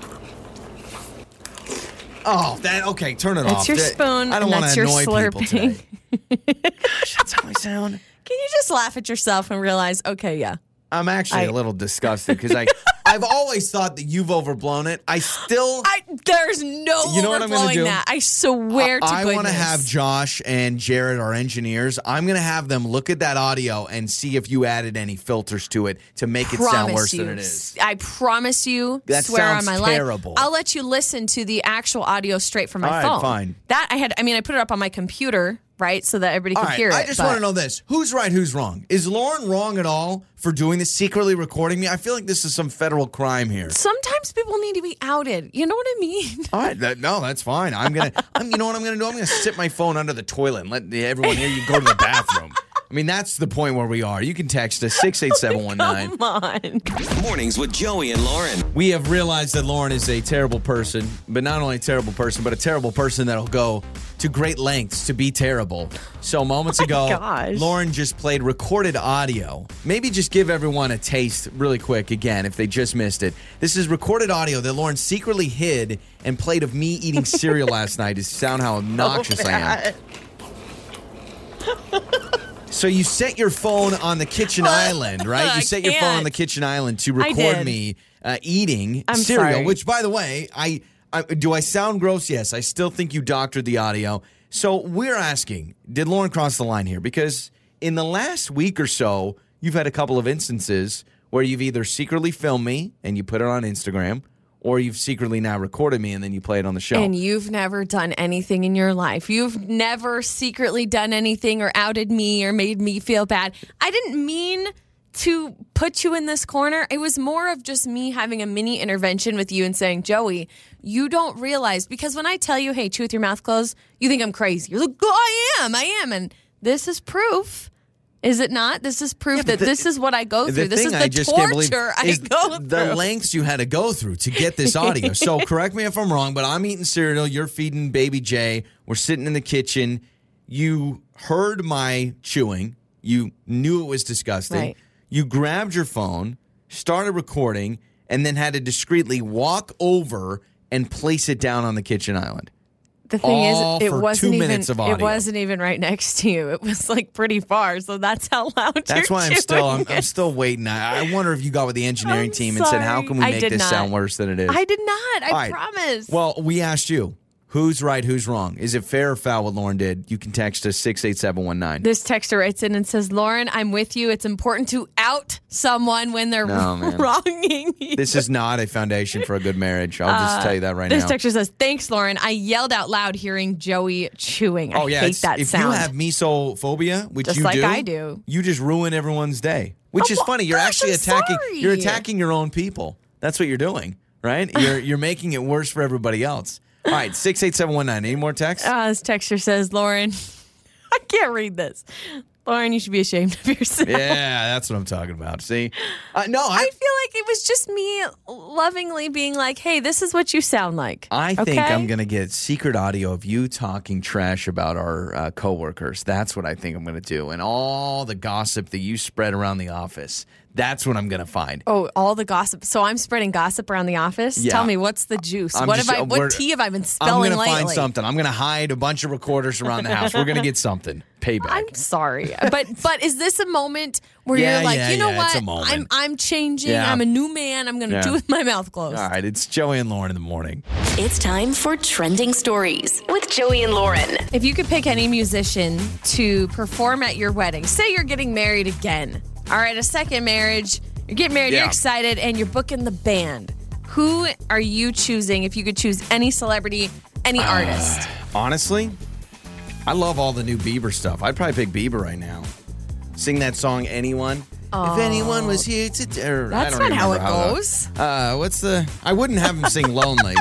S1: Oh, that okay. Turn it
S2: That's
S1: off.
S2: your
S1: That-
S2: spoon
S1: I don't
S2: and
S1: want
S2: that's
S1: to
S2: your
S1: annoy people
S2: slurping.
S1: today. Gosh, that's how I sound.
S2: Can you just laugh at yourself and realize, okay, yeah.
S1: I'm actually
S2: I-
S1: a little disgusted because I, I've always thought that you've overblown it. I still,
S2: I there's no
S1: You know what I'm gonna
S2: overblowing
S1: do?
S2: that. I swear to
S1: I
S2: goodness.
S1: want to have Josh and Jared, our engineers. I'm going to have them look at that audio and see if you added any filters to it to make it sound worse
S2: you.
S1: than it is.
S2: I promise you.
S1: That
S2: swear
S1: sounds
S2: on my life.
S1: terrible.
S2: I'll let you listen to the actual audio straight from my
S1: All right,
S2: phone.
S1: fine.
S2: That I had. I mean, I put it up on my computer, right, so that everybody
S1: All
S2: could
S1: right,
S2: hear it.
S1: I just
S2: but-
S1: want to know this: who's right, who's wrong? Is Lauren wrong at all for doing this secretly recording me? I feel like this is some federal crime here.
S2: Sometimes people need to be outed. You know what I mean?
S1: All right, that, no, that's fine. I'm gonna, I'm, you know what I'm gonna do? I'm gonna sit my phone under the toilet and let the- everyone hear you go to the bathroom. I mean, that's the point where we are. You can text us six eight seven one nine.
S2: Come on.
S6: Mornings with Joey and Lauren.
S1: We have realized that Lauren is a terrible person, but not only a terrible person, but a terrible person that'll go to great lengths to be terrible. So moments ago,
S2: Oh gosh.
S1: Lauren just played recorded audio. Maybe just give everyone a taste really quick again if they just missed it. This is recorded audio that Lauren secretly hid and played of me eating cereal last night to sound how obnoxious I am.
S2: Oh,
S1: So you set your phone on the kitchen island, right? You
S2: I
S1: set your phone on
S2: can't.
S1: the kitchen island to
S2: I
S1: record
S2: did.
S1: me uh, eating
S2: I'm
S1: cereal.
S2: sorry.
S1: Which, by the way, I, I do I sound gross? Yes, I still think you doctored the audio. So we're asking, did Lauren cross the line here? Because in the last week or so, you've had a couple of instances where you've either secretly filmed me and you put it on Instagram, or you've secretly now recorded me and then you play it on the show.
S2: And you've never done anything in your life. You've never secretly done anything or outed me or made me feel bad. I didn't mean to put you in this corner. It was more of just me having a mini intervention with you and saying, Joey, you don't realize because when I tell you, hey, chew with your mouth closed, you think I'm crazy. You're like, oh, I am, I am. And this is proof. Is it not? This is proof that this is what I go through. This is the torture I
S1: is
S2: go through.
S1: the lengths you had to go through to get this audio. so correct me if I'm wrong, but I'm eating cereal. You're feeding baby Jay. We're sitting in the kitchen. You heard my chewing. You knew it was disgusting.
S2: Right.
S1: You grabbed your phone, started recording, and then had to discreetly walk over and place it down on the kitchen island.
S2: The thing
S1: all
S2: is, it
S1: for
S2: wasn't
S1: two
S2: even
S1: minutes of
S2: it
S1: audio.
S2: wasn't even right next to you. It was like pretty far, so that's how loud.
S1: That's
S2: you're
S1: why I'm still
S2: doing
S1: I'm, I'm
S2: it.
S1: still waiting. I, I wonder if you got with the engineering
S2: I'm
S1: team and said, "How
S2: sorry.
S1: can we
S2: I
S1: make
S2: did
S1: this
S2: not.
S1: sound worse than it is?"
S2: I did not. I
S1: All right.
S2: promise.
S1: Well, we asked you who's right, who's wrong. Is it fair or foul what Lauren did? You can text us 68719.
S2: this texter writes in and says, "Lauren, I'm with you. It's important to out someone when they're
S1: No, man.
S2: wronging you."
S1: This is not a foundation for a good marriage. I'll just tell you that right
S2: Uh, This
S1: now.
S2: texter says, "Thanks, Lauren. I yelled out loud hearing Joey chewing. I
S1: oh, yeah.
S2: hate
S1: it's-
S2: that
S1: if
S2: sound.
S1: you have mesophobia, which
S2: Just
S1: you
S2: like
S1: do,
S2: I do.
S1: you just ruin everyone's day. Which
S2: Oh,
S1: is
S2: well,
S1: funny. You're
S2: gosh,
S1: actually
S2: I'm
S1: attacking you're
S2: sorry.
S1: attacking your own people. That's what you're doing, right? You're you're making it worse for everybody else. All right, 68719. Any more texts?
S2: Uh, this texter says, "Lauren, I can't read this. Lauren, you should be ashamed of yourself."
S1: yeah, that's what I'm talking about. See? Uh, no, I,
S2: I feel like it was just me lovingly being like, "Hey, this is what you sound like."
S1: I think
S2: Okay?
S1: I'm going to get secret audio of you talking trash about our uh, coworkers. That's what I think I'm going to do. And all the gossip that you spread around the office. That's what I'm going to find.
S2: Oh, all the gossip. So I'm spreading gossip around the office.
S1: Yeah.
S2: Tell me what's the juice?
S1: I'm
S2: what
S1: just-
S2: have I?
S1: uh, we're-
S2: What tea have I been
S1: I'm
S2: spelling
S1: to
S2: lately?
S1: find something. I'm going to hide a bunch of recorders around the house. We're going to get something. Payback.
S2: I'm sorry, but but is this a moment where
S1: Yeah,
S2: you're like,
S1: yeah,
S2: you know
S1: yeah, it's
S2: what?
S1: a moment.
S2: I'm I'm changing.
S1: Yeah.
S2: I'm a new man. I'm gonna
S1: Yeah.
S2: do with my mouth closed.
S1: all right, it's Joey and Lauren in the morning.
S3: It's time for trending stories with Joey and Lauren.
S2: If you could pick any musician to perform at your wedding, say you're getting married again, all right, a second marriage, you're getting married,
S1: Yeah.
S2: you're excited, and you're booking the band. Who are you choosing if you could choose any celebrity, any artist?
S1: Honestly, I love all the new Bieber stuff. I'd probably pick Bieber right now. Sing that song, anyone. If anyone was here today, or, I
S2: That's
S1: don't
S2: not how
S1: remember
S2: it
S1: that-
S2: goes.
S1: Uh, what's the? I wouldn't have him sing "Lonely."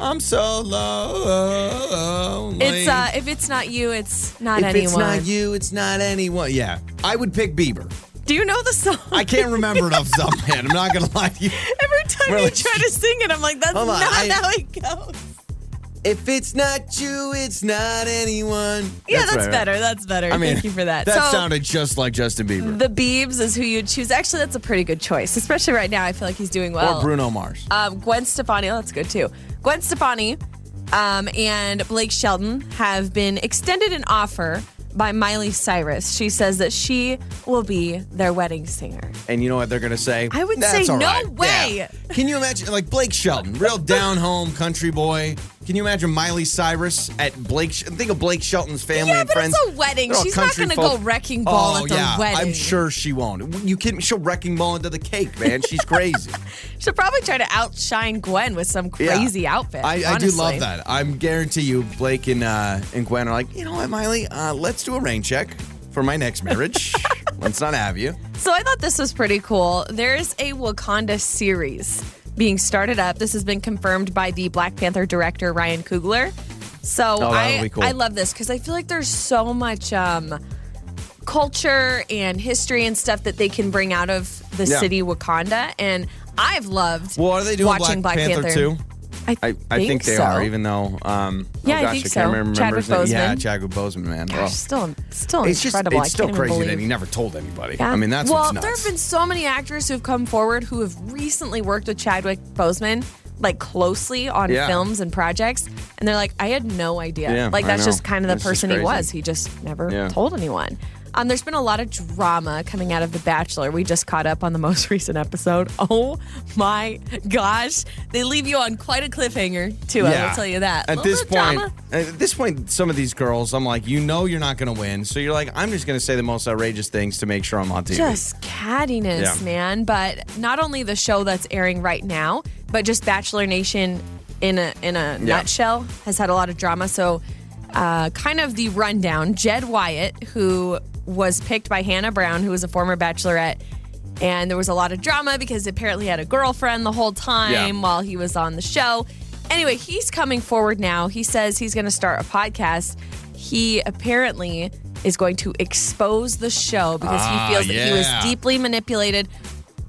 S1: I'm so lonely.
S2: It's uh, if it's not you, it's not
S1: if
S2: anyone.
S1: it's not you, it's not anyone. Yeah, I would pick Bieber.
S2: Do you know the song?
S1: I can't remember it off the top of my head. I'm not gonna lie to you.
S2: Every time
S1: Really?
S2: you try to sing it, I'm like, that's
S1: Hold on,
S2: not
S1: I-
S2: how it goes.
S1: If it's not you, it's not anyone.
S2: Yeah, that's,
S1: right, right?
S2: better. That's better.
S1: I mean,
S2: Thank you for that.
S1: That
S2: So- Mm,
S1: sounded just like Justin Bieber
S2: The Beebs is who you'd choose. Actually, that's a pretty good choice, especially right now. I feel like he's doing well.
S1: or Bruno Mars.
S2: Um, Gwen Stefani, oh, that's good too. Gwen Stefani um, and Blake Shelton have been extended an offer by Miley Cyrus. She says that she will be their wedding singer.
S1: and you know what they're gonna say?
S2: I would
S1: That's
S2: say
S1: all
S2: no
S1: right.
S2: way.
S1: Yeah. Can you imagine, like Blake Shelton, real down home country boy? Can you imagine Miley Cyrus at Blake? Sh- Think of Blake Shelton's family
S2: Yeah,
S1: and
S2: but
S1: friends.
S2: it's a wedding.
S1: They're all
S2: She's not
S1: country
S2: gonna go
S1: folk.
S2: wrecking ball
S1: oh,
S2: at the
S1: yeah, I'm
S2: wedding.
S1: sure she won't. You kidding? me? She'll wrecking ball into the cake, man. She's crazy.
S2: She'll probably try to outshine Gwen with some
S1: Yeah.
S2: crazy outfit.
S1: I, I do
S2: honestly.
S1: love that. I'm guarantee you, Blake and uh, and Gwen are like, you know what, Miley? Uh, let's do a rain check for my next marriage. let's not have you.
S2: So I thought this was pretty cool. There's a Wakanda series being started up. This has been confirmed by the Black Panther director Ryan Coogler. So
S1: Oh, that'll
S2: I
S1: be cool.
S2: I love this because I feel like there's so much um, culture and history and stuff that they can bring out of the
S1: Yeah.
S2: city Wakanda, and I've loved.
S1: Well, are they doing
S2: watching
S1: Black, Panther, too?
S2: I,
S1: I, I think, they
S2: so.
S1: are, even though um,
S2: Yeah,
S1: oh
S2: I
S1: gosh, I,
S2: think
S1: can't
S2: so.
S1: remember
S2: Chadwick
S1: his name. Yeah,
S2: Boseman.
S1: Chadwick Boseman, man.
S2: Gosh, still, still
S1: Oh. It's just
S2: incredible.
S1: it's still
S2: I can't even
S1: crazy
S2: believe.
S1: that he never told anybody.
S2: Yeah.
S1: I mean, that's
S2: well.
S1: what's
S2: There have
S1: nuts.
S2: been so many actors who've come forward who have recently worked with Chadwick Boseman like closely on
S1: Yeah.
S2: films and projects, and they're like, I had no idea.
S1: Yeah,
S2: like
S1: I
S2: that's
S1: know.
S2: just kind of the
S1: This is
S2: person he
S1: crazy.
S2: was. He just never
S1: Yeah.
S2: told anyone. Um, there's been a lot of drama coming out of The Bachelor. We just caught up on the most recent episode. Oh my gosh, they leave you on quite a cliffhanger too. I will tell you that.
S1: At
S2: Little
S1: this
S2: bit of
S1: point,
S2: drama.
S1: at this point, some of these girls, I'm like, you know, you're not going to win, so you're like, I'm just going to say the most outrageous things to make sure I'm on TV.
S2: Just cattiness,
S1: Yeah.
S2: man. But not only the show that's airing right now, but just Bachelor Nation in a in a
S1: Yeah.
S2: nutshell has had a lot of drama. So, uh, kind of the rundown: Jed Wyatt, who was picked by Hannah Brown, who was a former Bachelorette. And there was a lot of drama because apparently he had a girlfriend the whole time
S1: Yeah.
S2: while he was on the show. Anyway, he's coming forward now. He says he's going to start a podcast. He apparently is going to expose the show because
S1: Ah,
S2: he feels that he was
S1: yeah.
S2: deeply manipulated.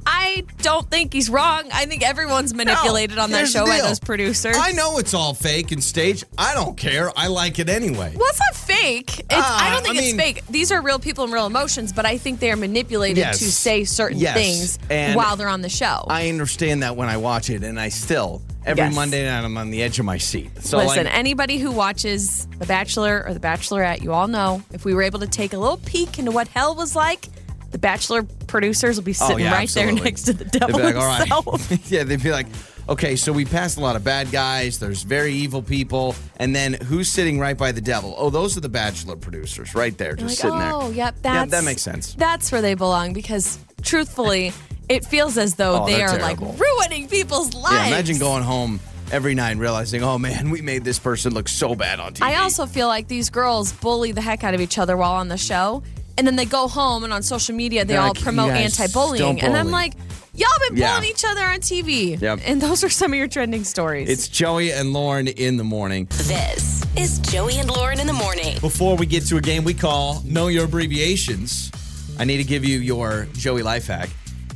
S2: I don't think he's wrong. I think everyone's manipulated on that
S1: Here's the
S2: show by
S1: deal.
S2: those producers.
S1: I know it's all fake and staged. I don't care. I like it anyway.
S2: Well, it's not fake. It's, I
S1: Ah,
S2: don't think
S1: I
S2: it's
S1: mean-
S2: fake. These are real people and real emotions, but I think they are manipulated
S1: Yes.
S2: to say certain
S1: Yes.
S2: things
S1: And
S2: while they're on the show.
S1: I understand that when I watch it, and I still every
S2: Yes.
S1: Monday night I'm on the edge of my seat. So
S2: Listen,
S1: like,
S2: anybody who watches The Bachelor or The Bachelorette, you all know if we were able to take a little peek into what hell was like, the Bachelor producers will be sitting
S1: Oh, yeah,
S2: right
S1: absolutely.
S2: there next to the devil
S1: They'd be like, all right.
S2: himself.
S1: yeah, they'd be like, okay, so we passed a lot of bad guys. There's very evil people. And then who's sitting right by the devil? Oh, those are the Bachelor producers right there, just
S2: Like,
S1: sitting there.
S2: oh, yep, that's
S1: that makes sense.
S2: That's where they belong because truthfully, it feels as though
S1: Oh,
S2: they
S1: they're
S2: are
S1: terrible.
S2: like ruining people's lives.
S1: Yeah, imagine going home every night and realizing, oh man, we made this person look so bad on TV.
S2: I also feel like these girls bully the heck out of each other while on the show, and then they go home and on social media they
S1: They're
S2: all
S1: like,
S2: promote
S1: "You guys
S2: anti-bullying,
S1: don't
S2: and I'm
S1: bully.
S2: like, y'all been
S1: Yeah.
S2: bullying each other on TV,
S1: Yep.
S2: and those are some of your trending stories.
S1: It's Joey and Lauren in the morning.
S3: This is Joey and Lauren in the morning.
S1: Before we get to a game we call Know Your Abbreviations, I need to give you your Joey life hack.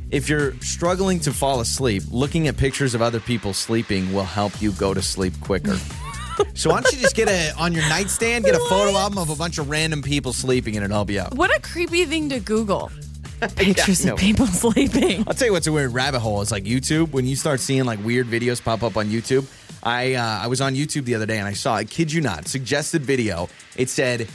S1: If you're struggling to fall asleep, looking at pictures of other people sleeping will help you go to sleep quicker. so why don't you just get a on your nightstand, get a photo album of a bunch of random people sleeping and it'll help you out.
S2: what a creepy thing to Google. Pictures
S1: no.
S2: of people sleeping.
S1: I'll tell you what's a weird rabbit hole. It's like YouTube. When you start seeing like weird videos pop up on YouTube, I uh, I was on YouTube the other day and I saw, I kid you not, suggested video. It said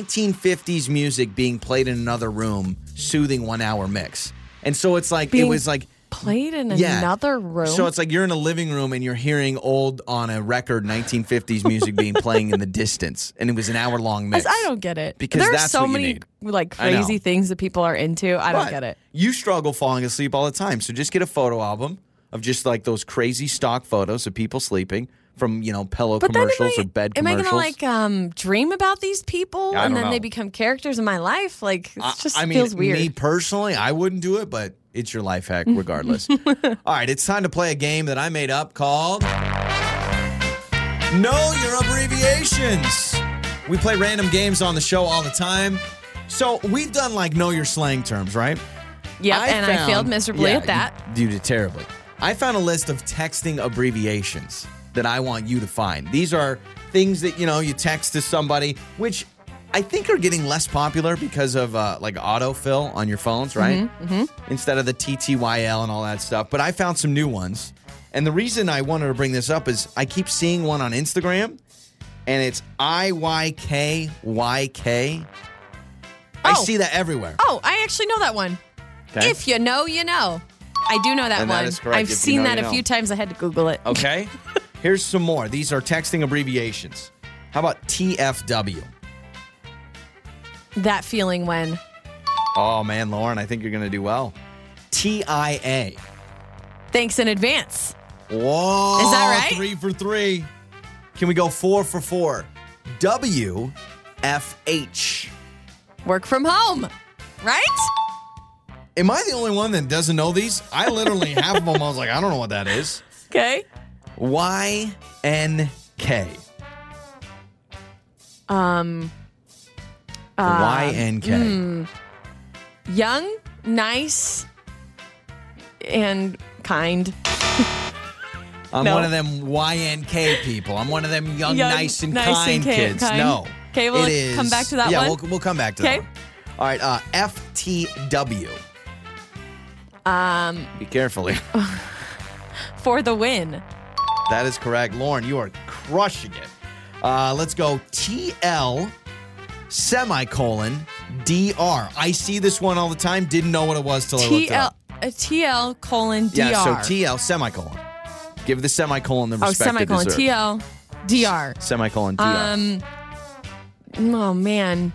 S1: 1950s music being played in another room, soothing one hour mix. And so it's like it
S2: Being
S1: was like
S2: Played in
S1: yeah.
S2: another room.
S1: So it's like you're in a living room and you're hearing old on a record 1950s music being playing in the distance, and it was an hour long mix.
S2: I don't get it.
S1: Because
S2: there are
S1: that's
S2: so
S1: what you
S2: many
S1: need.
S2: like
S1: I know.
S2: crazy things that people are into. I don't
S1: But
S2: get it.
S1: You struggle falling asleep all the time. So just get a photo album of just like those crazy stock photos of people sleeping from, you know, pillow
S2: But then am
S1: commercials
S2: I,
S1: or bed
S2: am I
S1: commercials.
S2: gonna like um, dream about these people
S1: I
S2: and
S1: don't
S2: then they
S1: know.
S2: become characters in my life? Like it
S1: I-
S2: just
S1: I mean,
S2: feels weird.
S1: me personally, I wouldn't do it, but it's your life hack regardless. all right, it's time to play a game that I made up called Know Your Abbreviations. We play random games on the show all the time. So we've done like know your slang terms, right?
S2: Yep, and I
S1: found-
S2: failed miserably
S1: Yeah,
S2: at that.
S1: You, you did terribly. I found a list of texting abbreviations that I want you to find. These are things that you know you text to somebody, which I think are getting less popular because of uh, like autofill on your phones, right?
S2: Mm-hmm,
S1: Instead of the TTYL and all that stuff. But I found some new ones, and the reason I wanted to bring this up is I keep seeing one on Instagram, and it's I Y K Y K. I
S2: Oh.
S1: see that everywhere.
S2: Oh, I actually know that one.
S1: Okay.
S2: If you know, you know. I do know that
S1: And that
S2: one.
S1: is correct.
S2: I've
S1: If you
S2: seen
S1: know,
S2: that
S1: you
S2: a
S1: know. Oh.
S2: few times. I had to Google it.
S1: Okay. Here's some more. These are texting abbreviations. How about TFW?
S2: That feeling when
S1: Oh man, Lauren, I think you're gonna do well. TIA.
S2: thanks in advance.
S1: Whoa.
S2: Is that right?
S1: Three for three. Can we go four for four? WFH.
S2: Work from home, right?
S1: Am I the only one that doesn't know these? I literally half of them. I was like, I don't know what that is.
S2: Okay.
S1: YNK.
S2: Um, uh, hmm.
S1: YNK.
S2: young, nice, and kind.
S1: I'm
S2: No.
S1: one of them YNK people. I'm one of them young,
S2: Young,
S1: nice and
S2: nice and
S1: kind
S2: ca-
S1: kids.
S2: kind.
S1: No.
S2: Okay, we'll
S1: It is-
S2: come back to that
S1: yeah,
S2: one.
S1: we'll, we'll come back to that
S2: Okay.
S1: one. All right, uh, FTW.
S2: Um,
S1: Be careful here.
S2: for the win.
S1: that is correct. Lauren, you are crushing it. Uh, let's go TL semicolon DR. I see this one all the time. Didn't know what it was till I looked it
S2: TL,
S1: up.
S2: uh, TL colon DR.
S1: Yeah, so TL semicolon. Give the semicolon the
S2: Oh,
S1: respect it
S2: semicolon.
S1: deserves.
S2: TL DR.
S1: Semicolon DR.
S2: Um, oh man,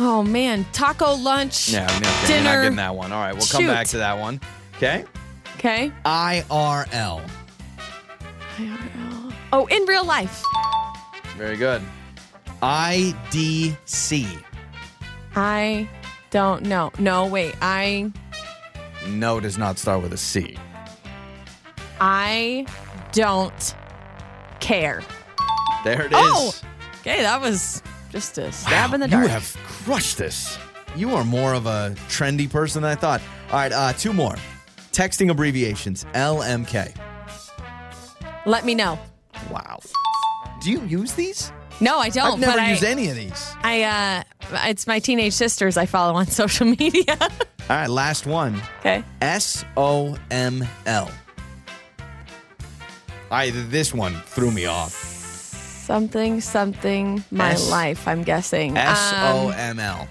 S2: oh man, taco lunch.
S1: yeah, no, okay, you're not
S2: dinner.
S1: getting that one. All right, we'll come
S2: Shoot.
S1: back to that one. Okay.
S2: Okay.
S1: IRL.
S2: Oh, in real life.
S1: Very good. IDC.
S2: I don't know. No, wait. I
S1: No does not start with a C.
S2: I don't care.
S1: There it is.
S2: Oh! Okay, that was just a stab in the dark.
S1: You have crushed this. You are more of a trendy person than I thought. All right, uh, two more. Texting abbreviations. LMK.
S2: Let me know.
S1: Wow. Do you use these?
S2: No, I don't.
S1: I've never
S2: Oh, but
S1: used
S2: I,
S1: any of these.
S2: I uh, it's my teenage sisters I follow on social media.
S1: All right, last one.
S2: okay.
S1: S O M L. I this one threw me off.
S2: Something, something, my
S1: S-
S2: life, I'm guessing.
S1: S O
S2: Um,
S1: M L.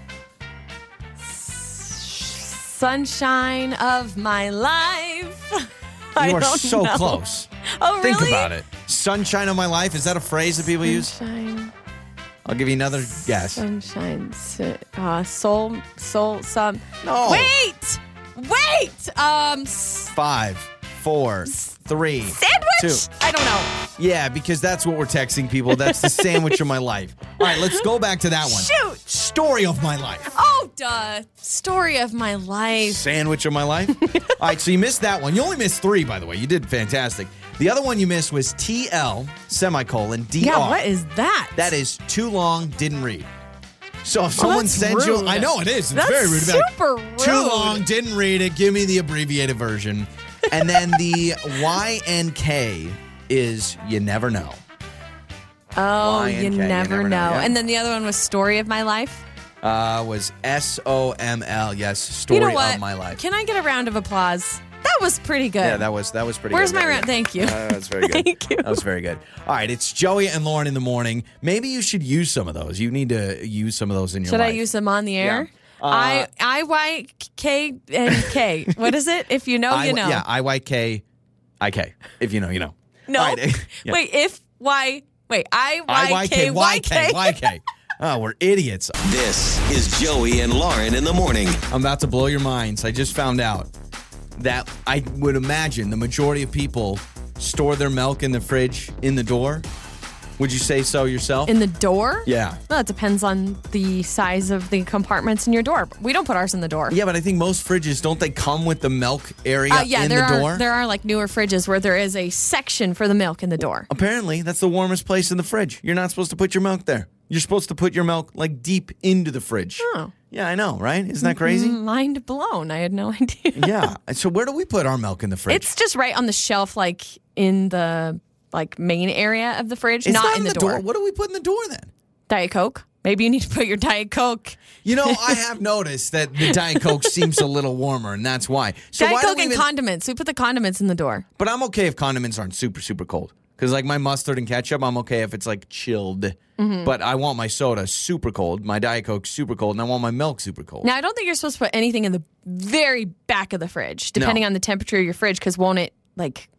S2: sunshine of my life. I
S1: You are
S2: don't
S1: so
S2: know.
S1: close.
S2: Oh,
S1: Think
S2: really?
S1: about it. Sunshine of my life. Is that a phrase that people use?
S2: Sunshine,
S1: I'll give you another guess.
S2: sunshine, su- uh, soul, soul, some.
S1: No.
S2: Wait, wait. Um, s-
S1: Five, four, three,
S2: sandwich.
S1: two.
S2: I don't know.
S1: Yeah, because that's what we're texting people. That's the sandwich of my life. All right, let's go back to that one.
S2: Shoot.
S1: Story of my life.
S2: Oh, duh. Story of my life.
S1: Sandwich of my life. All right, so you missed that one. You only missed three, by the way. You did fantastic. The other one you missed was TL semicolon DR.
S2: Yeah. What is that?
S1: E That is too long, didn't read. So if someone
S2: Oh, that's
S1: sends you,
S2: rude.
S1: I know it is. It's
S2: That's
S1: very rude. Be like,
S2: super
S1: Too
S2: rude."
S1: long, didn't read it. Give me the abbreviated version. And then the Y and K is you never know.
S2: Oh,
S1: Y and
S2: you
S1: K,
S2: never, know.
S1: yeah.
S2: And then the other one was story of my life.
S1: Uh, was S O M L. Yes, story
S2: you know what?
S1: of my life.
S2: Can I get a round of applause? That was pretty good.
S1: yeah, that was that was pretty.
S2: Where's
S1: good.
S2: my
S1: Very
S2: round?
S1: good.
S2: Thank you.
S1: Uh, that's very good.
S2: Thank you.
S1: That was very good. All right, it's Joey and Lauren in the morning. Maybe you should use some of those. You need to use some of those in your
S2: Should
S1: life.
S2: I use them on the air?
S1: Yeah. Uh,
S2: I I Y K and K. what is it? If you know,
S1: I-
S2: Oh, you know.
S1: Yeah, I Y K I K. If you know, you know.
S2: No.
S1: All right. Yeah.
S2: Wait, if Y wait, I Y K Y
S1: IYK,
S2: K.
S1: YK. Oh, we're idiots.
S6: This is Joey and Lauren in the morning.
S1: I'm about to blow your minds. I just found out that I would imagine the majority of people store their milk in the fridge in the door. Would you say so yourself?
S2: In the door?
S1: yeah.
S2: Well, it depends on the size of the compartments in your door. We don't put ours in the door.
S1: Yeah, but I think most fridges don't they come with the milk area
S2: Uh, yeah,
S1: in
S2: there
S1: the
S2: are
S1: door?
S2: there are like newer fridges where there is a section for the milk in the door.
S1: Apparently, that's the warmest place in the fridge. You're not supposed to put your milk there. You're supposed to put your milk like deep into the fridge.
S2: Oh.
S1: Yeah, I know, right? Isn't that crazy?
S2: Mind blown. I had no idea.
S1: yeah. So where do we put our milk in the fridge?
S2: It's just right on the shelf, like in the like main area of the fridge,
S1: It's
S2: not, in the, door.
S1: What do we put in the door then?
S2: Diet Coke. Maybe you need to put your Diet Coke.
S1: You know, I have noticed that the Diet Coke seems a little warmer, and that's why. So
S2: Diet
S1: why don't
S2: Coke
S1: we
S2: and
S1: even-
S2: condiments. We put the condiments in the door.
S1: But I'm okay if condiments aren't super, super cold. Because, like, my mustard and ketchup, I'm okay if it's, like, chilled.
S2: Mm-hmm.
S1: But I want my soda super cold, my Diet Coke super cold, and I want my milk super cold.
S2: Now I don't think you're supposed to put anything in the very back of the fridge, depending on the temperature of your fridge, because won't it like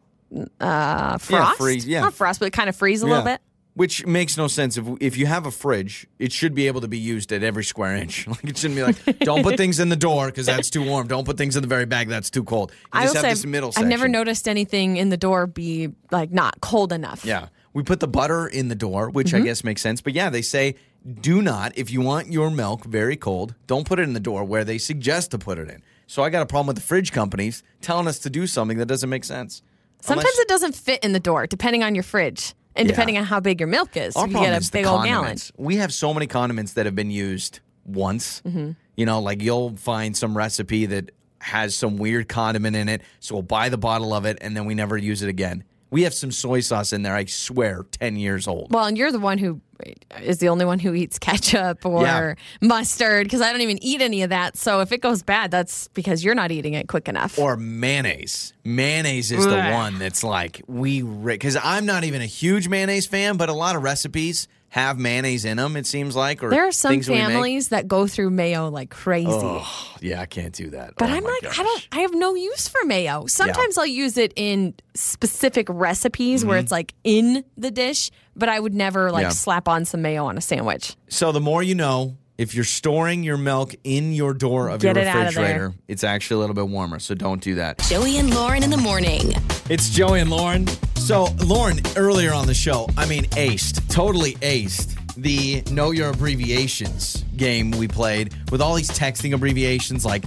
S2: uh, frost?
S1: freeze, yeah.
S2: Not frost, but kind of freeze a little
S1: Yeah.
S2: bit.
S1: Which makes no sense. If, if you have a fridge, it should be able to be used at every square inch. Like, it shouldn't be like, don't put things in the door because that's too warm. Don't put things in the very back, that's too cold. You
S2: I
S1: just have
S2: will say
S1: this middle
S2: I've
S1: section.
S2: never noticed anything in the door be like not cold enough.
S1: Yeah. We put the butter in the door, which
S2: Mm-hmm.
S1: I guess makes sense. But yeah, they say do not, if you want your milk very cold, don't put it in the door where they suggest to put it in. So I got a problem with the fridge companies telling us to do something that doesn't make sense.
S2: Sometimes
S1: Unless-
S2: it doesn't fit in the door, depending on your fridge and
S1: Yeah.
S2: depending on how big your milk is.
S1: Our
S2: if you
S1: problem
S2: get
S1: is
S2: a
S1: the
S2: big old gallon.
S1: condiments. We have so many condiments that have been used once.
S2: Mm-hmm.
S1: You know, like you'll find some recipe that has some weird condiment in it, so we'll buy the bottle of it and then we never use it again. We have some soy sauce in there, I swear, 10 years old.
S2: Well, and you're the one who is the only one who eats ketchup or
S1: Yeah.
S2: mustard because I don't even eat any of that. So if it goes bad, that's because you're not eating it quick enough.
S1: or mayonnaise. Mayonnaise is the one that's like we because I'm not even a huge mayonnaise fan, but a lot of recipes have mayonnaise in them. It seems like, or
S2: there are some
S1: things that we make.
S2: families that go through mayo like crazy.
S1: Oh, yeah, I can't do that.
S2: But
S1: Oh,
S2: I'm
S1: my
S2: like,
S1: gosh.
S2: I don't, I have no use for mayo. Sometimes I'll use it in specific recipes where it's like in the dish, but I would never like
S1: Mm-hmm. Yeah.
S2: slap on some mayo on a sandwich.
S1: So the more you know, if you're storing your milk in your door of
S2: Get
S1: your
S2: it out of there.
S1: refrigerator, it's actually a little bit warmer. So don't do that.
S3: Joey and Lauren in the morning.
S1: It's Joey and Lauren. So, Lauren, earlier on the show, I mean, aced, totally aced the Know Your Abbreviations game we played with all these texting abbreviations like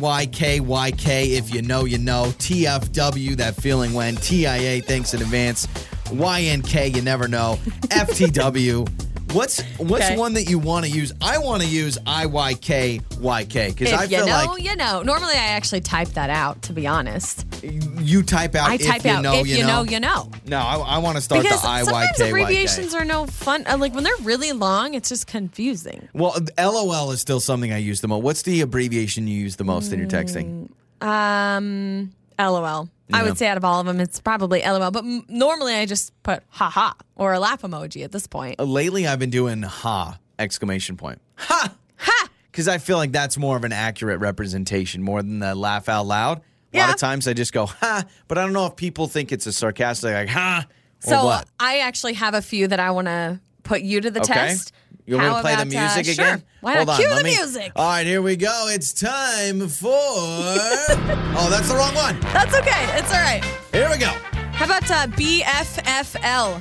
S1: IYKYK, if you know, you know, TFW, that feeling when, TIA, thanks in advance, YNK, you never know, FTW. What's what's
S2: Okay.
S1: one that you want to use? I want to use IYKYK because
S2: If
S1: I
S2: you
S1: feel
S2: know,
S1: like
S2: you know. Normally I actually type that out, to be honest.
S1: you type out
S2: I
S1: if
S2: type
S1: you
S2: out
S1: know,
S2: if
S1: you
S2: you
S1: know.
S2: know, you know.
S1: No, I, I want to start
S2: because
S1: the IYKYK.
S2: sometimes abbreviations are no fun. uh, Like when they're really long, it's just confusing.
S1: well, LOL is still something I use the most. What's the abbreviation you use the most in your
S2: Mm.
S1: texting?
S2: Um, LOL. I
S1: Yeah.
S2: would say out of all of them, it's probably LOL. But m- normally I just put haha or a laugh emoji at this point.
S1: Uh, Lately, I've been doing ha exclamation point ha ha because I feel like that's more of an accurate representation more than the laugh out loud. A lot
S2: Yeah.
S1: of times I just go ha, but I don't know if people think it's a sarcastic like ha or
S2: so
S1: what.
S2: I actually have a few that I want to put you to the
S1: Okay.
S2: test.
S1: You want me
S2: How
S1: to play the
S2: about, uh,
S1: music
S2: sure.
S1: again?
S2: Why not? Cue
S1: let
S2: the
S1: me- Oh.
S2: music.
S1: All right, here we go. It's time for. oh, that's the wrong one.
S2: That's okay. It's all right.
S1: Here we go.
S2: How about uh, BFFL?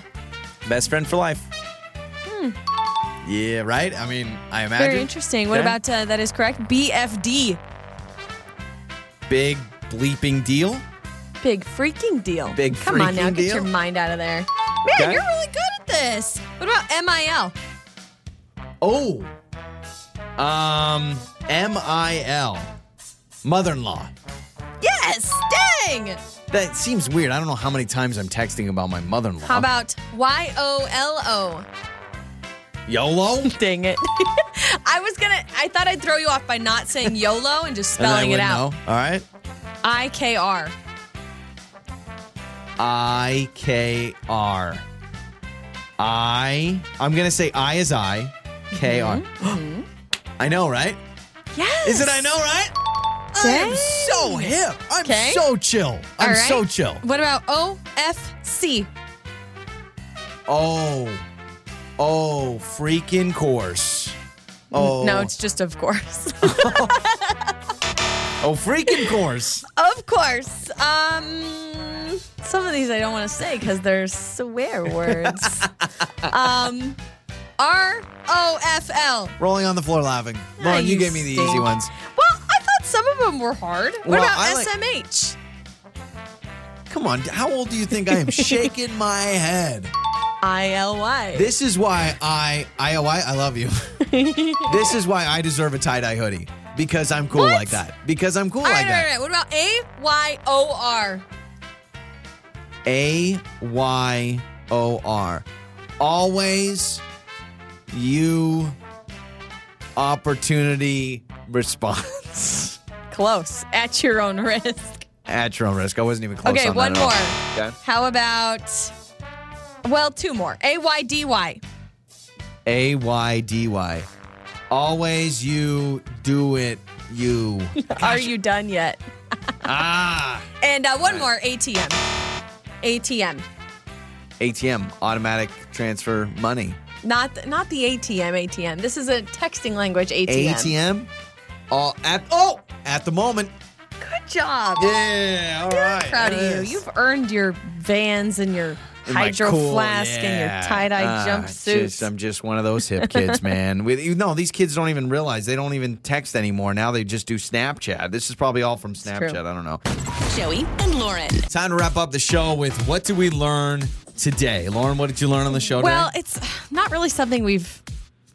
S1: Best friend for life. Yeah, right? I mean, I imagine.
S2: Hmm. Very interesting. What
S1: Okay.
S2: about uh, that is correct? BFD.
S1: Big bleeping deal.
S2: Big freaking deal.
S1: Big
S2: Come on now,
S1: freaking
S2: get your
S1: deal.
S2: mind out of there. Man,
S1: Okay.
S2: you're really good at this. What about MIL?
S1: Oh. Um, M I L. Mother in law.
S2: Yes, dang.
S1: That seems weird. I don't know how many times I'm texting about my mother in law.
S2: How about Y O L O?
S1: YOLO? And
S2: Dang it. I was gonna, I thought I'd throw you off by not saying YOLO and just
S1: then I
S2: spelling it
S1: wouldn't
S2: out.
S1: know. All right.
S2: I K R.
S1: I K R. I. I'm going to say I is I. K R.
S2: Mm-hmm.
S1: I know, right?
S2: Yes.
S1: Is it I know, right? I'm
S2: Dang.
S1: so hip. I'm
S2: Okay.
S1: so chill.
S2: All
S1: I'm
S2: right.
S1: so chill.
S2: What about O F C?
S1: Oh, oh, freaking course. Oh,
S2: No, it's just of course.
S1: oh, freaking course.
S2: of course. Um, some of these I don't want to say because they're swear words. um, R O F L.
S1: Rolling on the floor laughing. Lauren, you,
S2: you
S1: gave me the easy
S2: stink.
S1: ones.
S2: Well, I thought some of them were hard. What
S1: Well,
S2: about
S1: I like-
S2: SMH?
S1: Come on, how old do you think I am? Shaking my head.
S2: I L Y.
S1: This is why I IOI I love you. this is why I deserve a tie dye hoodie because I'm cool like that. Because I'm cool
S2: All
S1: like
S2: right, all right, all
S1: that.
S2: right. What about A Y O R?
S1: A Y O R. Always you opportunity response
S2: Close. At your own risk.
S1: at your own risk. I wasn't even close.
S2: Okay,
S1: on
S2: one
S1: that at all.
S2: more.
S1: Okay.
S2: How about, well, two more. A Y D Y.
S1: A Y D Y. Always you do it you.
S2: Are you done yet?
S1: ah.
S2: And uh, one more ATM. ATM.
S1: ATM, automatic transfer money.
S2: Not th- not the ATM ATM. This is a texting language ATM.
S1: ATM. All at oh at the moment.
S2: Good job.
S1: Yeah, all right.
S2: Proud of you. You've earned your vans and your
S1: And my
S2: hydro
S1: cool-
S2: flask and
S1: yeah.
S2: your tie dye
S1: Ah, just-
S2: jumpsuits.
S1: I'm just one of those hip kids, man. With you no, these kids don't even realize they don't even text anymore. Now they just do Snapchat. This is probably all from
S2: true.
S1: Snapchat. I don't know.
S3: Joey and Lauren.
S1: Time to wrap up the show with what did we learn today, Lauren? What did you learn on the show
S2: Well,
S1: today?
S2: it's not really something we've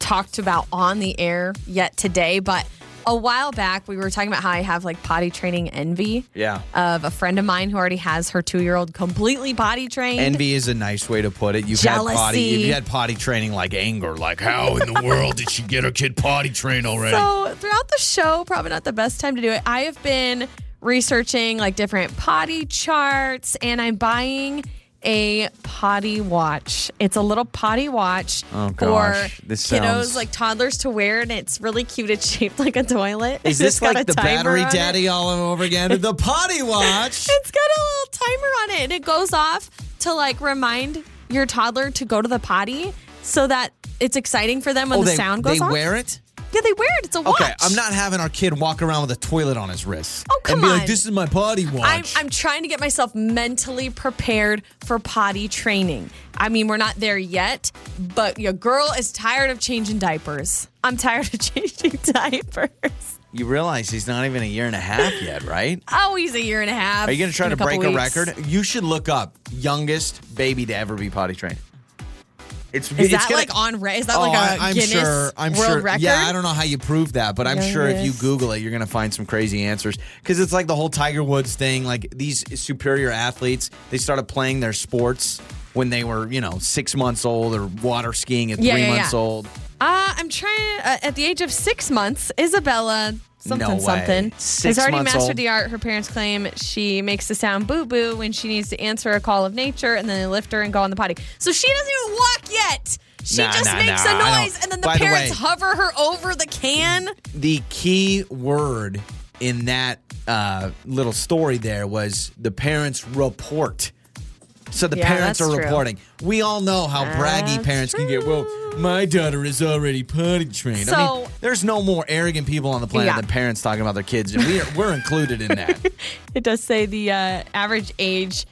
S2: talked about on the air yet today, but a while back we were talking about how I have like potty training envy
S1: Yeah.
S2: of a friend of mine who already has her two year old completely potty trained.
S1: Envy is a nice way to put it. You've had potty.
S2: Jealousy.
S1: You've had potty training like anger. Like how in the world did she get her kid potty trained already?
S2: So throughout the show, probably not the best time to do it. I have been researching like different potty charts, and I'm buying a potty watch. It's a little potty watch
S1: Oh,
S2: for
S1: gosh. This
S2: kiddos,
S1: sounds-
S2: like toddlers, to wear, and it's really cute. It's shaped like a toilet.
S1: Is
S2: It's
S1: this
S2: got
S1: like
S2: a
S1: the
S2: timer
S1: battery
S2: on it.
S1: daddy all over again? The potty watch.
S2: It's got a little timer on it, and it goes off to like remind your toddler to go to the potty, so that it's exciting for them when the
S1: Oh, they,
S2: sound goes
S1: they
S2: off.
S1: wear it?
S2: yeah, they wear it. It's a watch.
S1: Okay, I'm not having our kid walk around with a toilet on his wrist.
S2: Oh, come
S1: And be like,
S2: on.
S1: this is my potty watch.
S2: I'm, I'm trying to get myself mentally prepared for potty training. I mean, we're not there yet, but your girl is tired of changing diapers. I'm tired of changing diapers.
S1: you realize he's not even a year and a half yet, right?
S2: Oh, he's a year and a half.
S1: Are you going to try
S2: in
S1: to
S2: couple
S1: break a
S2: weeks.
S1: record? You should look up youngest baby to ever be potty trained. It's
S2: Is
S1: it's
S2: that
S1: gonna-
S2: like on? Re- is that
S1: Oh,
S2: like a
S1: I- I'm
S2: Guinness
S1: sure. I'm
S2: World
S1: sure.
S2: Record?
S1: Yeah, I don't know how you prove that, but I'm sure if you
S2: Youngest.
S1: Google it, you're gonna find some crazy answers. Because it's like the whole Tiger Woods thing. Like these superior athletes, they started playing their sports when they were, you know, six months old or water skiing at
S2: Yeah,
S1: three
S2: yeah,
S1: months
S2: yeah.
S1: old.
S2: Uh, I'm trying. Uh, at the age of six months, Isabella something
S1: No way.
S2: something
S1: Six
S2: has already
S1: months
S2: mastered
S1: old?
S2: the art. Her parents claim she makes the sound boo boo when she needs to answer a call of nature, and then they lift her and go on the potty. So she doesn't even walk yet. She
S1: Nah,
S2: just
S1: nah,
S2: makes
S1: nah, I
S2: a noise,
S1: don't-
S2: and then the
S1: By the
S2: parents
S1: way-
S2: hover her over the can.
S1: The key word in that uh, little story there was the parents report. So the
S2: Yeah,
S1: parents are
S2: that's true.
S1: reporting. We all know how braggy
S2: That's
S1: parents can get. Well, my daughter is already potty trained. I mean,
S2: So-
S1: there's no more arrogant people on the planet
S2: Yeah.
S1: than parents talking about their kids, and we are, we're included in that.
S2: It does say the uh, average age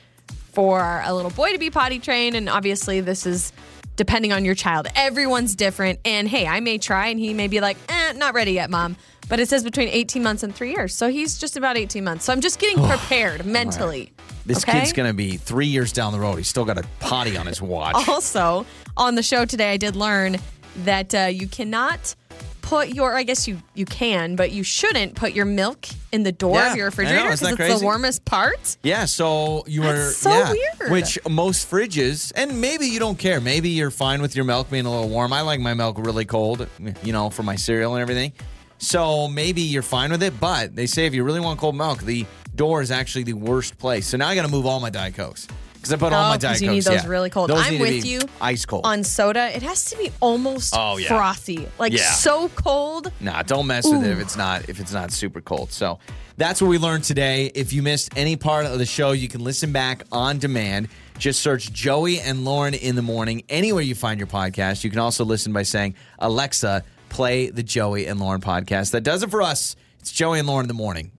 S2: for a little boy to be potty trained, and obviously this is depending on your child. Everyone's different, and hey, I may try, and he may be like, eh, "Not ready yet, mom." But it says between 18 months and three years, so he's just about 18 months. So I'm just getting prepared mentally.
S1: This
S2: okay?
S1: kid's gonna be three years down the road. He's still got a potty on his watch.
S2: Also, on the show today, I did learn that uh, you cannot put your, I guess you, you can, but you shouldn't put your milk in the door
S1: Yeah,
S2: of your
S1: I know,
S2: refrigerator
S1: isn't
S2: because
S1: that
S2: it's
S1: crazy?
S2: the warmest part.
S1: Yeah, so you
S2: That's
S1: are
S2: so
S1: yeah,
S2: weird.
S1: Which most fridges, and maybe you don't care. Maybe you're fine with your milk being a little warm. I like my milk really cold, you know, for my cereal and everything. So maybe you're fine with it, but they say if you really want cold milk, the door is actually the worst place. So now I got to move all my diet cokes because I put all
S2: Oh,
S1: my
S2: 'cause
S1: diet
S2: you need
S1: Cokes,
S2: those
S1: yeah.
S2: really cold.
S1: Those
S2: I'm
S1: need to
S2: with
S1: be
S2: you
S1: ice cold.
S2: on soda, it has to be almost
S1: Oh, yeah.
S2: frothy, like
S1: Yeah.
S2: so cold.
S1: Nah, don't mess with it if it's not if it's not super cold. So that's what we learned today. If you missed any part of the show, you can listen back on demand. Just search Joey and Lauren in the morning anywhere you find your podcast. You can also listen by saying Alexa, play the Joey and Lauren podcast. That does it for us. It's Joey and Lauren in the morning.